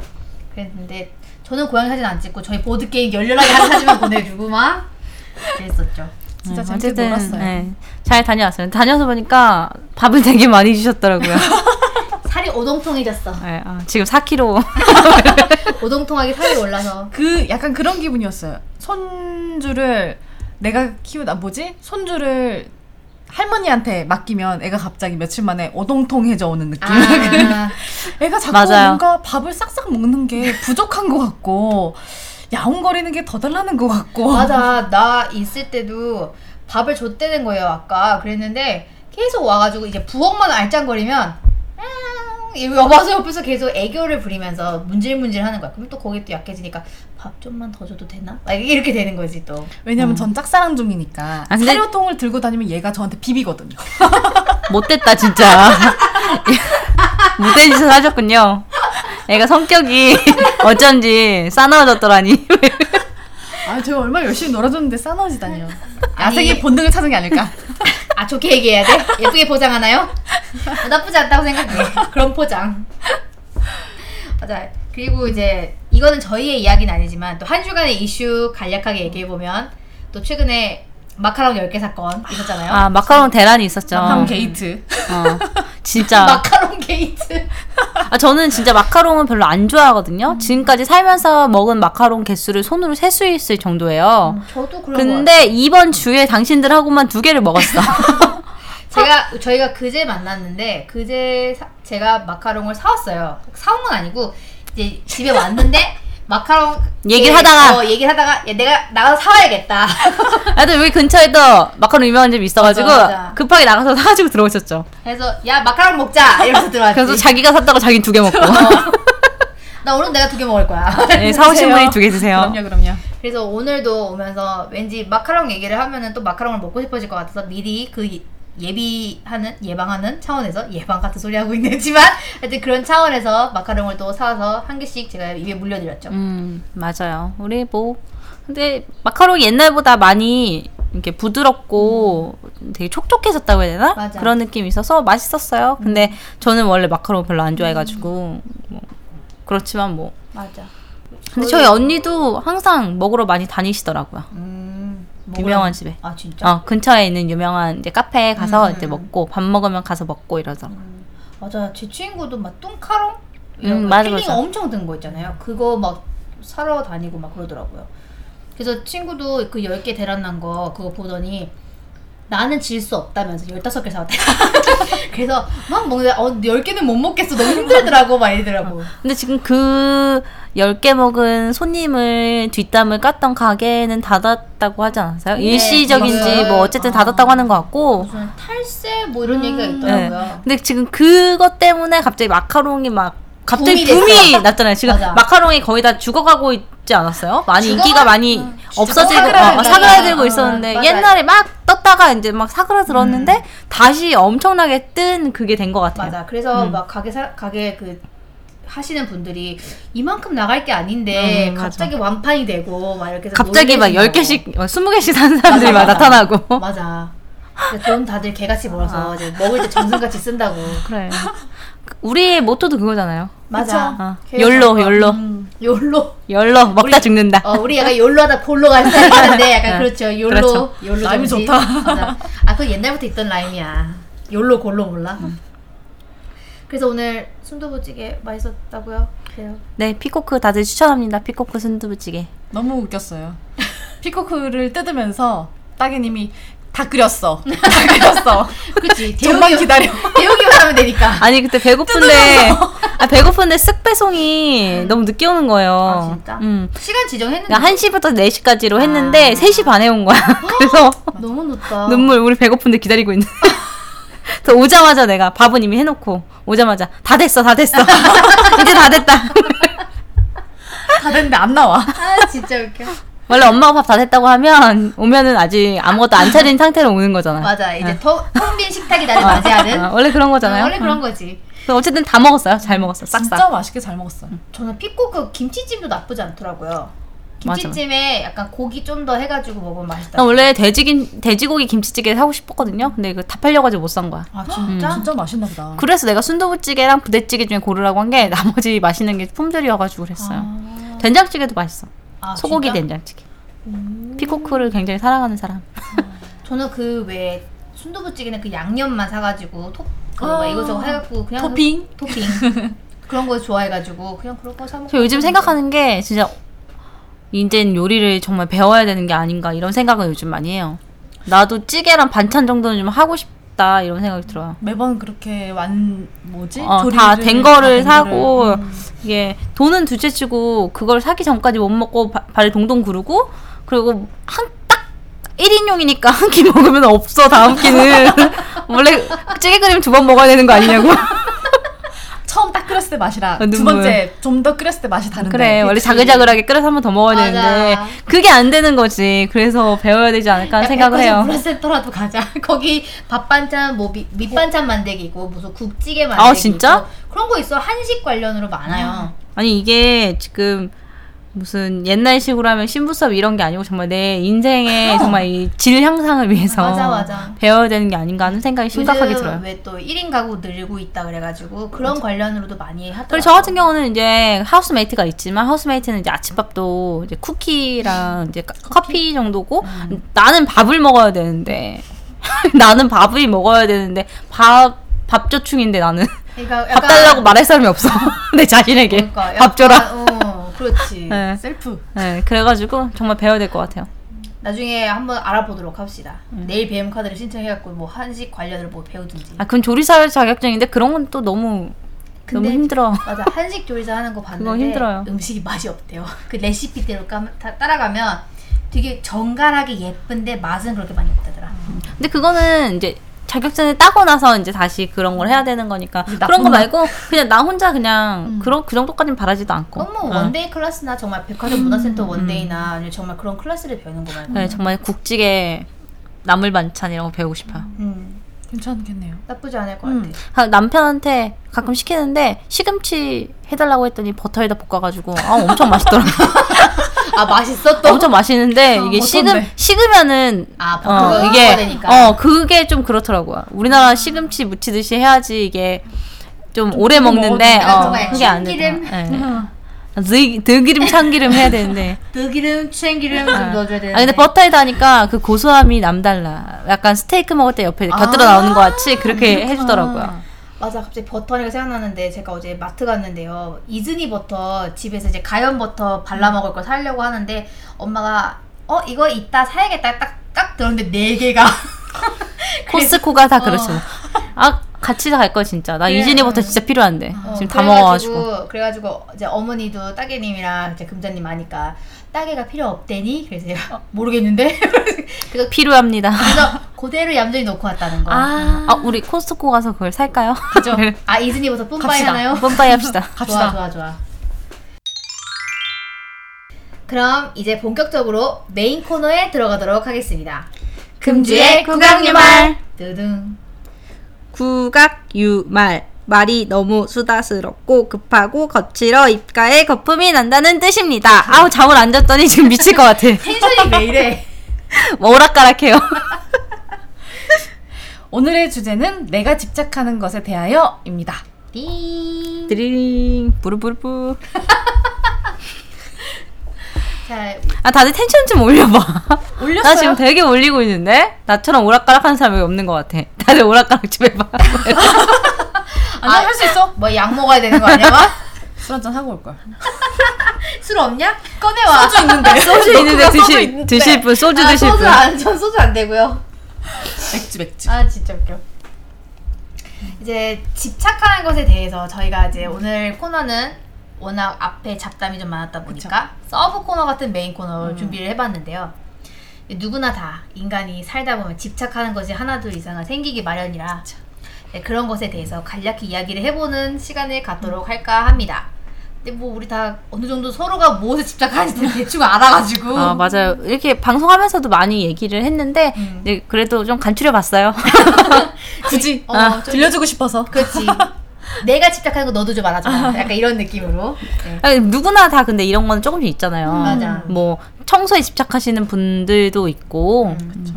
[SPEAKER 1] 그랬는데 저는 고양이 사진 안 찍고 저희 보드 게임 열렬하게 하는 사진만 보내주고 막 그랬었죠.
[SPEAKER 3] 진짜
[SPEAKER 2] 네,
[SPEAKER 3] 재밌게 놀았어요.
[SPEAKER 2] 네, 잘 다녀왔어요. 다녀서 보니까 밥을 되게 많이 주셨더라고요.
[SPEAKER 1] 살이 오동통해졌어.
[SPEAKER 2] 네, 아, 지금 4kg.
[SPEAKER 1] 오동통하게 살이 올라서
[SPEAKER 3] 그 약간 그런 기분이었어요. 손주를 내가 키우다 뭐지? 손주를 할머니한테 맡기면 애가 갑자기 며칠 만에 어동통해져 오는 느낌.
[SPEAKER 1] 아,
[SPEAKER 3] 애가 자꾸
[SPEAKER 2] 맞아요.
[SPEAKER 3] 뭔가 밥을 싹싹 먹는 게 부족한 것 같고 야옹거리는 게 더 달라는 것 같고.
[SPEAKER 1] 맞아 나 있을 때도 밥을 줬대는 거예요 아까 그랬는데 계속 와가지고 이제 부엌만 알짱거리면 음, 이 와서 옆에서 계속 애교를 부리면서 문질문질 하는 거야 그럼 또 거기 또 약해지니까 밥 좀만 더 줘도 되나? 막 이렇게 되는 거지 또
[SPEAKER 3] 왜냐면 전 짝사랑 중이니까
[SPEAKER 2] 아, 근데-
[SPEAKER 3] 사료통을 들고 다니면 얘가 저한테 비비거든요.
[SPEAKER 2] 못됐다, 진짜. 못된 짓을 하셨군요. 애가 성격이 어쩐지 싸나워졌더라니.
[SPEAKER 3] 아 제가 얼마나 열심히 놀아줬는데 싸나워지다니요.
[SPEAKER 1] 아니-
[SPEAKER 3] 야생의 본능을 찾은 게 아닐까.
[SPEAKER 1] 아 좋게 얘기해야 돼? 예쁘게 포장하나요? 아, 나쁘지 않다고
[SPEAKER 2] 네.
[SPEAKER 1] 생각해. 그런 포장. 맞아. 그리고 이제 이거는 저희의 이야기는 아니지만 또 한 주간의 이슈 간략하게 얘기해 보면 또 최근에 마카롱 10개 사건 있었잖아요.
[SPEAKER 2] 아, 마카롱 대란이 있었죠.
[SPEAKER 3] 아, 밤 게이트.
[SPEAKER 2] 어, 진짜.
[SPEAKER 1] 마카롱 게이트.
[SPEAKER 2] 아, 저는 진짜 마카롱은 별로 안 좋아하거든요. 지금까지 살면서 먹은 마카롱 개수를 손으로 셀 수 있을 정도예요.
[SPEAKER 1] 저도 음. 그런 거
[SPEAKER 2] 어. 근데 이번 주에 당신들하고만 두 개를 먹었어.
[SPEAKER 1] 제가 저희가 그제 만났는데 그제 사- 제가 마카롱을 사왔어요. 사온 건 아니고 이제 집에 왔는데 마카롱
[SPEAKER 2] 얘기를 하다가.
[SPEAKER 1] 어, 얘기를 하다가 야, 내가 나가서 사와야겠다.
[SPEAKER 2] 하여튼 여기 근처에도 마카롱 유명한 집이 있어가지고
[SPEAKER 1] 맞아, 맞아.
[SPEAKER 2] 급하게 나가서 사가지고 들어오셨죠.
[SPEAKER 1] 그래서 야 마카롱 먹자 이러면서 들어왔지. 어.
[SPEAKER 2] 그래서 자기가 샀다고 자기는 두 개 먹고
[SPEAKER 1] 나 오늘 내가 두 개 먹을 거야.
[SPEAKER 2] 네, 사오신
[SPEAKER 3] 드세요.
[SPEAKER 2] 분이 두 개 드세요.
[SPEAKER 3] 그럼요, 그럼요.
[SPEAKER 1] 그래서 오늘도 오면서 왠지 마카롱 얘기를 하면은 또 마카롱을 먹고 싶어질 것 같아서 미리 그 예- 예비하는 예방하는 차원에서 예방 같은 소리 하고 있겠지만 하여튼 그런 차원에서 마카롱을 또 사와서 한 개씩 제가 입에 물려드렸죠.
[SPEAKER 2] 음 맞아요. 우리 뭐 근데 마카롱이 옛날보다 많이 이렇게 부드럽고 되게 촉촉해졌다고 해야 되나
[SPEAKER 1] 음. 맞아.
[SPEAKER 2] 그런 느낌이 있어서 맛있었어요. 근데
[SPEAKER 1] 음.
[SPEAKER 2] 저는 원래 마카롱 별로 안 좋아해가지고 뭐 그렇지만 뭐
[SPEAKER 1] 맞아.
[SPEAKER 2] 근데 저희 언니도 항상 먹으러 많이 다니시더라고요.
[SPEAKER 1] 음,
[SPEAKER 2] 유명한 집에.
[SPEAKER 1] 아 진짜.
[SPEAKER 2] 어 근처에 있는 유명한 이제 카페에 가서
[SPEAKER 1] 음.
[SPEAKER 2] 이제 먹고 밥 먹으면 가서 먹고 이러더라고요.
[SPEAKER 1] 맞아. 제 친구도 막 뚱카롱
[SPEAKER 2] 음, 맞아,
[SPEAKER 1] 힐링
[SPEAKER 2] 맞아.
[SPEAKER 1] 엄청 든 거 있잖아요. 그거 막 사러 다니고 막 그러더라고요. 그래서 친구도 그 10개 대란난 거 그거 보더니 나는 질 수 없다면서 15개 사왔다. 그래서 막 먹는데 어, 10개는 못 먹겠어. 너무 힘들더라고 막 이러더라고.
[SPEAKER 2] 근데 지금 그 10개 먹은 손님을 뒷담을 깠던 가게는 닫았다고 하지 않았어요?
[SPEAKER 1] 네,
[SPEAKER 2] 일시적인지
[SPEAKER 1] 맞아요.
[SPEAKER 2] 뭐 어쨌든 닫았다고
[SPEAKER 1] 아.
[SPEAKER 2] 하는 것 같고
[SPEAKER 1] 무슨 탈세 뭐 이런 얘기가
[SPEAKER 2] 네.
[SPEAKER 1] 있더라고요.
[SPEAKER 2] 근데 지금 그것 때문에 갑자기 마카롱이 막 갑자기
[SPEAKER 1] 붐이
[SPEAKER 2] 붐이
[SPEAKER 1] 됐어.
[SPEAKER 2] 났잖아요. 지금
[SPEAKER 1] 맞아.
[SPEAKER 2] 마카롱이 거의 다 죽어가고 있지 않았어요? 많이
[SPEAKER 1] 죽어?
[SPEAKER 2] 인기가 많이 없어지고
[SPEAKER 1] 아, 사그라들다가.
[SPEAKER 2] 어, 사그라들고 있었는데
[SPEAKER 1] 맞아요. 음.
[SPEAKER 2] 옛날에 막 떴다가 이제 막 사그라들었는데 다시 엄청나게 뜬 그게 된 것 같아요.
[SPEAKER 1] 맞아. 그래서
[SPEAKER 2] 음.
[SPEAKER 1] 막 가게 사, 가게 그 하시는 분들이 이만큼 나갈 게 아닌데
[SPEAKER 2] 음, 맞아.
[SPEAKER 1] 갑자기 완판이 되고 막 이렇게 해서
[SPEAKER 2] 갑자기 막
[SPEAKER 1] 놀래시는
[SPEAKER 2] 10개씩, 어, 20개씩 사는 사람들이
[SPEAKER 1] 맞아,
[SPEAKER 2] 막
[SPEAKER 1] 맞아.
[SPEAKER 2] 나타나고.
[SPEAKER 1] 거. 맞아. 근데 돈 다들 개같이 벌어서 이제 먹을 때 정성같이 쓴다고.
[SPEAKER 2] 그래. 우리의 모토도 그거잖아요.
[SPEAKER 1] 맞아.
[SPEAKER 2] 아, 욜로, 욜로.
[SPEAKER 3] 음.
[SPEAKER 1] 욜로.
[SPEAKER 2] 열러 먹다
[SPEAKER 1] 우리-
[SPEAKER 2] 죽는다.
[SPEAKER 1] 어, 우리 약간 욜로하다 볼로 갈 스타일인데 약간
[SPEAKER 2] 네.
[SPEAKER 1] 그렇죠. 욜로.
[SPEAKER 2] 그렇죠.
[SPEAKER 1] 욜로
[SPEAKER 3] 라임이
[SPEAKER 1] 정신.
[SPEAKER 3] 좋다.
[SPEAKER 1] 맞아. 아, 그거 옛날부터 있던 라임이야. 욜로 골로 몰라? 그래서 오늘 순두부찌개 맛있었다고요? 그래요.
[SPEAKER 2] 네, 피코크 다들 추천합니다. 피코크 순두부찌개.
[SPEAKER 3] 너무 웃겼어요. 피코크를 뜯으면서 따개님이 다 끓였어. 다 끓였어.
[SPEAKER 1] 그치.
[SPEAKER 3] 좀만
[SPEAKER 1] 대우기,
[SPEAKER 3] 기다려.
[SPEAKER 1] 대우기만 하면 되니까.
[SPEAKER 2] 아니 그때 배고픈데 아 배고픈데 쓱 배송이 너무 늦게 오는 거예요.
[SPEAKER 1] 아, 진짜?
[SPEAKER 2] 음.
[SPEAKER 1] 시간 지정했는데.
[SPEAKER 2] 그러니까 1시부터 4시까지로
[SPEAKER 1] 아. 어.
[SPEAKER 2] 했는데 3시 반에 온 거야. 그래서
[SPEAKER 1] 너무 늦다.
[SPEAKER 2] 눈물 우리 배고픈데 기다리고 있는. 그래서 오자마자 내가 밥은 이미 해 놓고 오자마자 다 됐어. 다 됐어. 이제 다 됐다.
[SPEAKER 3] 다 됐는데 안 나와.
[SPEAKER 1] 아, 진짜 웃겨.
[SPEAKER 2] 원래 엄마가 밥 다 됐다고 하면 오면은 아직 아무것도 안 차린 상태로 오는 거잖아.
[SPEAKER 1] 맞아. 이제
[SPEAKER 2] 네.
[SPEAKER 1] 텅빈 식탁이 나를 맞이하는.
[SPEAKER 2] 아, 원래 그런 거잖아요.
[SPEAKER 1] 네. 원래 그런 거지.
[SPEAKER 2] 그래서 어쨌든 다 먹었어요. 잘 먹었어요. 싹싹.
[SPEAKER 3] 진짜 맛있게 잘 먹었어요.
[SPEAKER 1] 저는 피코크 김치찜도 나쁘지 않더라고요.
[SPEAKER 2] 맞아. 어.
[SPEAKER 1] 김치찜에 약간 고기 좀 더 해가지고 먹으면 맛있다.
[SPEAKER 2] 나 원래 돼지김 돼지고기 김치찌개 사고 싶었거든요. 근데 이거 다 팔려가지고 못 산 거야.
[SPEAKER 1] 아 진짜?
[SPEAKER 3] 음, 진짜 맛있나 보다.
[SPEAKER 2] 그래서 내가 순두부찌개랑 부대찌개 중에 고르라고 한 게 나머지 맛있는 게 품절이어가지고 그랬어요.
[SPEAKER 1] 아,
[SPEAKER 2] 된장찌개도 맛있어.
[SPEAKER 1] 아,
[SPEAKER 2] 소고기
[SPEAKER 1] 진짜?
[SPEAKER 2] 된장찌개.
[SPEAKER 1] 음.
[SPEAKER 2] 피코크를 굉장히 사랑하는 사람.
[SPEAKER 1] 저는 그 왜 순두부찌개는 그 양념만 사가지고 톡 그거
[SPEAKER 3] 아.
[SPEAKER 1] 막 이거저거 해갖고 그냥
[SPEAKER 3] 토핑?
[SPEAKER 1] 토핑 그런 거 좋아해가지고 그냥 그런 거 사 먹고.
[SPEAKER 2] 저 요즘 생각하는 게 진짜 이젠 요리를 정말 배워야 되는 게 아닌가 이런 생각을 요즘 많이 해요. 나도 찌개랑 반찬 정도는 좀 하고 싶다 이런 생각이 들어요.
[SPEAKER 3] 매번 그렇게 완 뭐지?
[SPEAKER 2] 어,
[SPEAKER 3] 네, 조리를-
[SPEAKER 2] 다 된 거를
[SPEAKER 3] 다된
[SPEAKER 2] 사고
[SPEAKER 3] 거를. 음.
[SPEAKER 2] 이게 돈은 둘째치고 그걸 사기 전까지 못 먹고 바- 발을 동동 구르고 그리고 한 딱 1인용이니까 한 끼 먹으면 없어 다음 끼는 원래 찌개 끓이면 두 번 먹어야 되는 거 아니냐고
[SPEAKER 3] 처음 딱 끓였을 때 맛이랑
[SPEAKER 2] 아,
[SPEAKER 3] 두
[SPEAKER 2] 눈물.
[SPEAKER 3] 번째 좀 더 끓였을 때 맛이 다른데.
[SPEAKER 2] 그래 원래 자글자글하게 끓여서 한 번 더 먹어야
[SPEAKER 1] 맞아.
[SPEAKER 2] 되는데 그게 안 되는 거지 그래서 배워야 되지 않을까 하는 생각을 해요
[SPEAKER 1] 브라세터라도 가자. 거기 밥 반찬 뭐 미, 밑반찬 만들기고 무슨 국찌개 만들기.
[SPEAKER 2] 아, 진짜?
[SPEAKER 1] 있고 그런 거 있어. 한식 관련으로 많아요.
[SPEAKER 2] 아니 이게 지금 무슨 옛날식으로 하면 신부수업 이런 게 아니고 정말 내 인생의 정말 이 질 향상을 위해서
[SPEAKER 1] 맞아, 맞아.
[SPEAKER 2] 배워야 되는 게 아닌가 하는 생각이 심각하게
[SPEAKER 1] 요즘 네.
[SPEAKER 2] 들어요.
[SPEAKER 1] 왜또 1인 가구 늘고 있다 그래가지고 그런 관련으로도 많이 하더라고요.
[SPEAKER 2] 그리고 저 같은 경우는 이제 하우스메이트가 있지만 하우스메이트는 이제 아침밥도 이제 쿠키랑 이제 커피, 커피 정도고
[SPEAKER 1] 음.
[SPEAKER 2] 나는 밥을 먹어야 되는데 나는 밥을 먹어야 되는데 밥 밥조충인데 나는
[SPEAKER 1] 그러니까
[SPEAKER 2] 밥 달라고 말할 사람이 없어 내 자신에게
[SPEAKER 1] 그러니까 약간,
[SPEAKER 2] 밥 줘라
[SPEAKER 1] 어, 그렇지.
[SPEAKER 2] 네.
[SPEAKER 3] 셀프.
[SPEAKER 2] 네, 그래가지고 정말 배워야 될 것 같아요
[SPEAKER 1] 나중에 한번 알아보도록 합시다. 내일 배움 카드를 신청해갖고 뭐 한식 관련으로 뭐 배우든지.
[SPEAKER 2] 음. 아 그건 조리사 자격증인데 그런 건 또 너무
[SPEAKER 1] 근데-
[SPEAKER 2] 너무 힘들어
[SPEAKER 1] 맞아 한식 조리사 하는 거 봤는데
[SPEAKER 2] 힘들어요.
[SPEAKER 1] 음식이 맛이 없대요. 그 레시피대로 까, 다, 따라가면 되게 정갈하게 예쁜데 맛은 그렇게 많이 없다더라.
[SPEAKER 2] 근데 그거는 이제 자격증을 따고 나서 이제 다시 그런 걸 해야 되는 거니까
[SPEAKER 3] 나
[SPEAKER 2] 그런 거
[SPEAKER 3] 혼자-
[SPEAKER 2] 말고 그냥 나 혼자 그냥
[SPEAKER 1] 음.
[SPEAKER 2] 그런 그 정도까지는 바라지도 않고
[SPEAKER 1] 너무
[SPEAKER 2] 어.
[SPEAKER 1] 뭐
[SPEAKER 2] 음.
[SPEAKER 1] 원데이 클래스나 정말 백화점 문화센터 원데이나 아니면 정말 그런 클래스를 배우는 거 말고.
[SPEAKER 2] 네, 정말 국찌개 나물 반찬 이런 거 배우고 싶어요.
[SPEAKER 1] 음,
[SPEAKER 3] 괜찮겠네요.
[SPEAKER 1] 나쁘지 않을 것
[SPEAKER 3] 음.
[SPEAKER 1] 같아.
[SPEAKER 2] 아, 남편한테 가끔 시키는데 시금치 해달라고 했더니 버터에다 볶아가지고 아 엄청 맛있더라고.
[SPEAKER 1] 아 맛있어 또.
[SPEAKER 2] 엄청 맛있는데
[SPEAKER 3] 어,
[SPEAKER 2] 이게
[SPEAKER 3] 버터인데.
[SPEAKER 2] 식음 식으면은
[SPEAKER 1] 아
[SPEAKER 2] 어,
[SPEAKER 1] 버터
[SPEAKER 2] 이게
[SPEAKER 1] 이게 되니까.
[SPEAKER 2] 어 그게 좀 그렇더라고요. 우리나라 시금치 무치듯이 해야지 이게 좀 오래
[SPEAKER 3] 조금
[SPEAKER 2] 먹는데
[SPEAKER 1] 먹어도
[SPEAKER 2] 어,
[SPEAKER 1] 정말
[SPEAKER 2] 그게 안 돼.
[SPEAKER 1] 참기름?
[SPEAKER 2] 어.
[SPEAKER 1] 음.
[SPEAKER 2] 들기름 참기름 해야 되는데.
[SPEAKER 1] 들기름, 참기름 좀 넣어줘야 되는데.
[SPEAKER 2] 아 근데 버터에다 하니까 그
[SPEAKER 1] 아,
[SPEAKER 2] 고소함이 남달라. 약간 스테이크 먹을 때 옆에 곁들여 나오는 것 같이 그렇게 해주더라고요.
[SPEAKER 1] 맞아 갑자기 버터니까 생각나는데 제가 어제 마트 갔는데요 이즈니 버터 집에서 이제 가연 버터 발라 먹을 걸 사려고 하는데 엄마가 어 이거 이따 사야겠다 딱딱 들었는데 네 개가
[SPEAKER 2] 코스코가 다
[SPEAKER 1] 어.
[SPEAKER 2] 그렇죠. 아 같이 다 갈 거 진짜. 나
[SPEAKER 1] 그래.
[SPEAKER 2] 이진이부터 진짜 필요한데
[SPEAKER 1] 어,
[SPEAKER 2] 지금 다
[SPEAKER 1] 그래가지고-
[SPEAKER 2] 먹어가지고.
[SPEAKER 1] 그래가지고 이제 어머니도 따개님이랑 이제 금자님 아니까 따개가 필요 없대니 그래서 제가
[SPEAKER 2] 어.
[SPEAKER 1] 모르겠는데 그래서
[SPEAKER 2] 필요합니다.
[SPEAKER 1] 그래서 그대로 얌전히 놓고 왔다는 거.
[SPEAKER 2] 아 우리 코스코 가서 그걸 살까요?
[SPEAKER 3] 그죠?
[SPEAKER 1] 아 이즈니부터 뿜빠이
[SPEAKER 3] 갑시다.
[SPEAKER 1] 하나요?
[SPEAKER 2] 뻔빠이 합시다.
[SPEAKER 3] 갑시다.
[SPEAKER 1] 좋아 좋아 좋아. 그럼 이제 본격적으로 메인 코너에 들어가도록 하겠습니다.
[SPEAKER 3] 금주의 국악유말.
[SPEAKER 1] 뜨둥.
[SPEAKER 2] 국악유말 말이 너무 수다스럽고 급하고 거칠어 입가에 거품이 난다는 뜻입니다. 아우 잠을 안 잤더니 지금 미칠 것 같아.
[SPEAKER 1] 텐션이 왜 이래?
[SPEAKER 2] 뭐 오락가락해요.
[SPEAKER 3] 오늘의 주제는 내가 집착하는 것에 대하여입니다.
[SPEAKER 1] 띵.
[SPEAKER 2] 드링 부르부르부.
[SPEAKER 1] 자,
[SPEAKER 2] 아 다들 텐션 좀 올려봐.
[SPEAKER 3] 올렸어요?
[SPEAKER 2] 나 지금 되게 올리고 있는데 나처럼 오락가락하는 사람이 없는 것 같아. 다들 오락가락 좀 해봐.
[SPEAKER 3] 아니 할수 있어.
[SPEAKER 1] 뭐 약 먹어야 되는 거 아니야? 막?
[SPEAKER 3] 술 한잔 하고 올 걸.
[SPEAKER 1] 술 없냐? 꺼내와.
[SPEAKER 3] 소주 있는데.
[SPEAKER 2] 소주 있는데
[SPEAKER 1] 녹음한 소주
[SPEAKER 2] 드실
[SPEAKER 1] 있는데.
[SPEAKER 2] 드실 분 소주
[SPEAKER 1] 아,
[SPEAKER 2] 드실
[SPEAKER 1] 소주
[SPEAKER 2] 분.
[SPEAKER 1] 안, 전 소주 안 되고요.
[SPEAKER 3] 맥주 맥주.
[SPEAKER 1] 아 진짜 웃겨. 이제 집착하는 것에 대해서 저희가 이제
[SPEAKER 3] 음.
[SPEAKER 1] 오늘 코너는 워낙 앞에 잡담이 좀 많았다 보니까 서브 코너 같은 메인 코너를
[SPEAKER 3] 음.
[SPEAKER 1] 준비를 해봤는데요. 누구나 다 인간이 살다 보면 집착하는 것이 하나둘 이상은 생기기 마련이라 네, 그런 것에 대해서 간략히 이야기를 해보는 시간을
[SPEAKER 3] 음.
[SPEAKER 1] 갖도록 할까 합니다. 근데 뭐 우리 다 어느 정도 서로가 무엇에 집착하는지 대충 알아가지고
[SPEAKER 2] 아 맞아요. 이렇게 방송하면서도 많이 얘기를 했는데
[SPEAKER 1] 음.
[SPEAKER 2] 네, 그래도 좀 간추려봤어요.
[SPEAKER 3] 굳이
[SPEAKER 1] 어,
[SPEAKER 3] 아,
[SPEAKER 1] 좀-
[SPEAKER 3] 들려주고 싶어서.
[SPEAKER 1] 그렇지. 내가 집착하는 거 너도 좀 알아줘. 약간 이런 느낌으로. 네.
[SPEAKER 2] 아니, 누구나 다 근데 이런 건 조금씩 있잖아요.
[SPEAKER 1] 음, 맞아.
[SPEAKER 2] 뭐 청소에 집착하시는 분들도 있고
[SPEAKER 3] 그렇죠.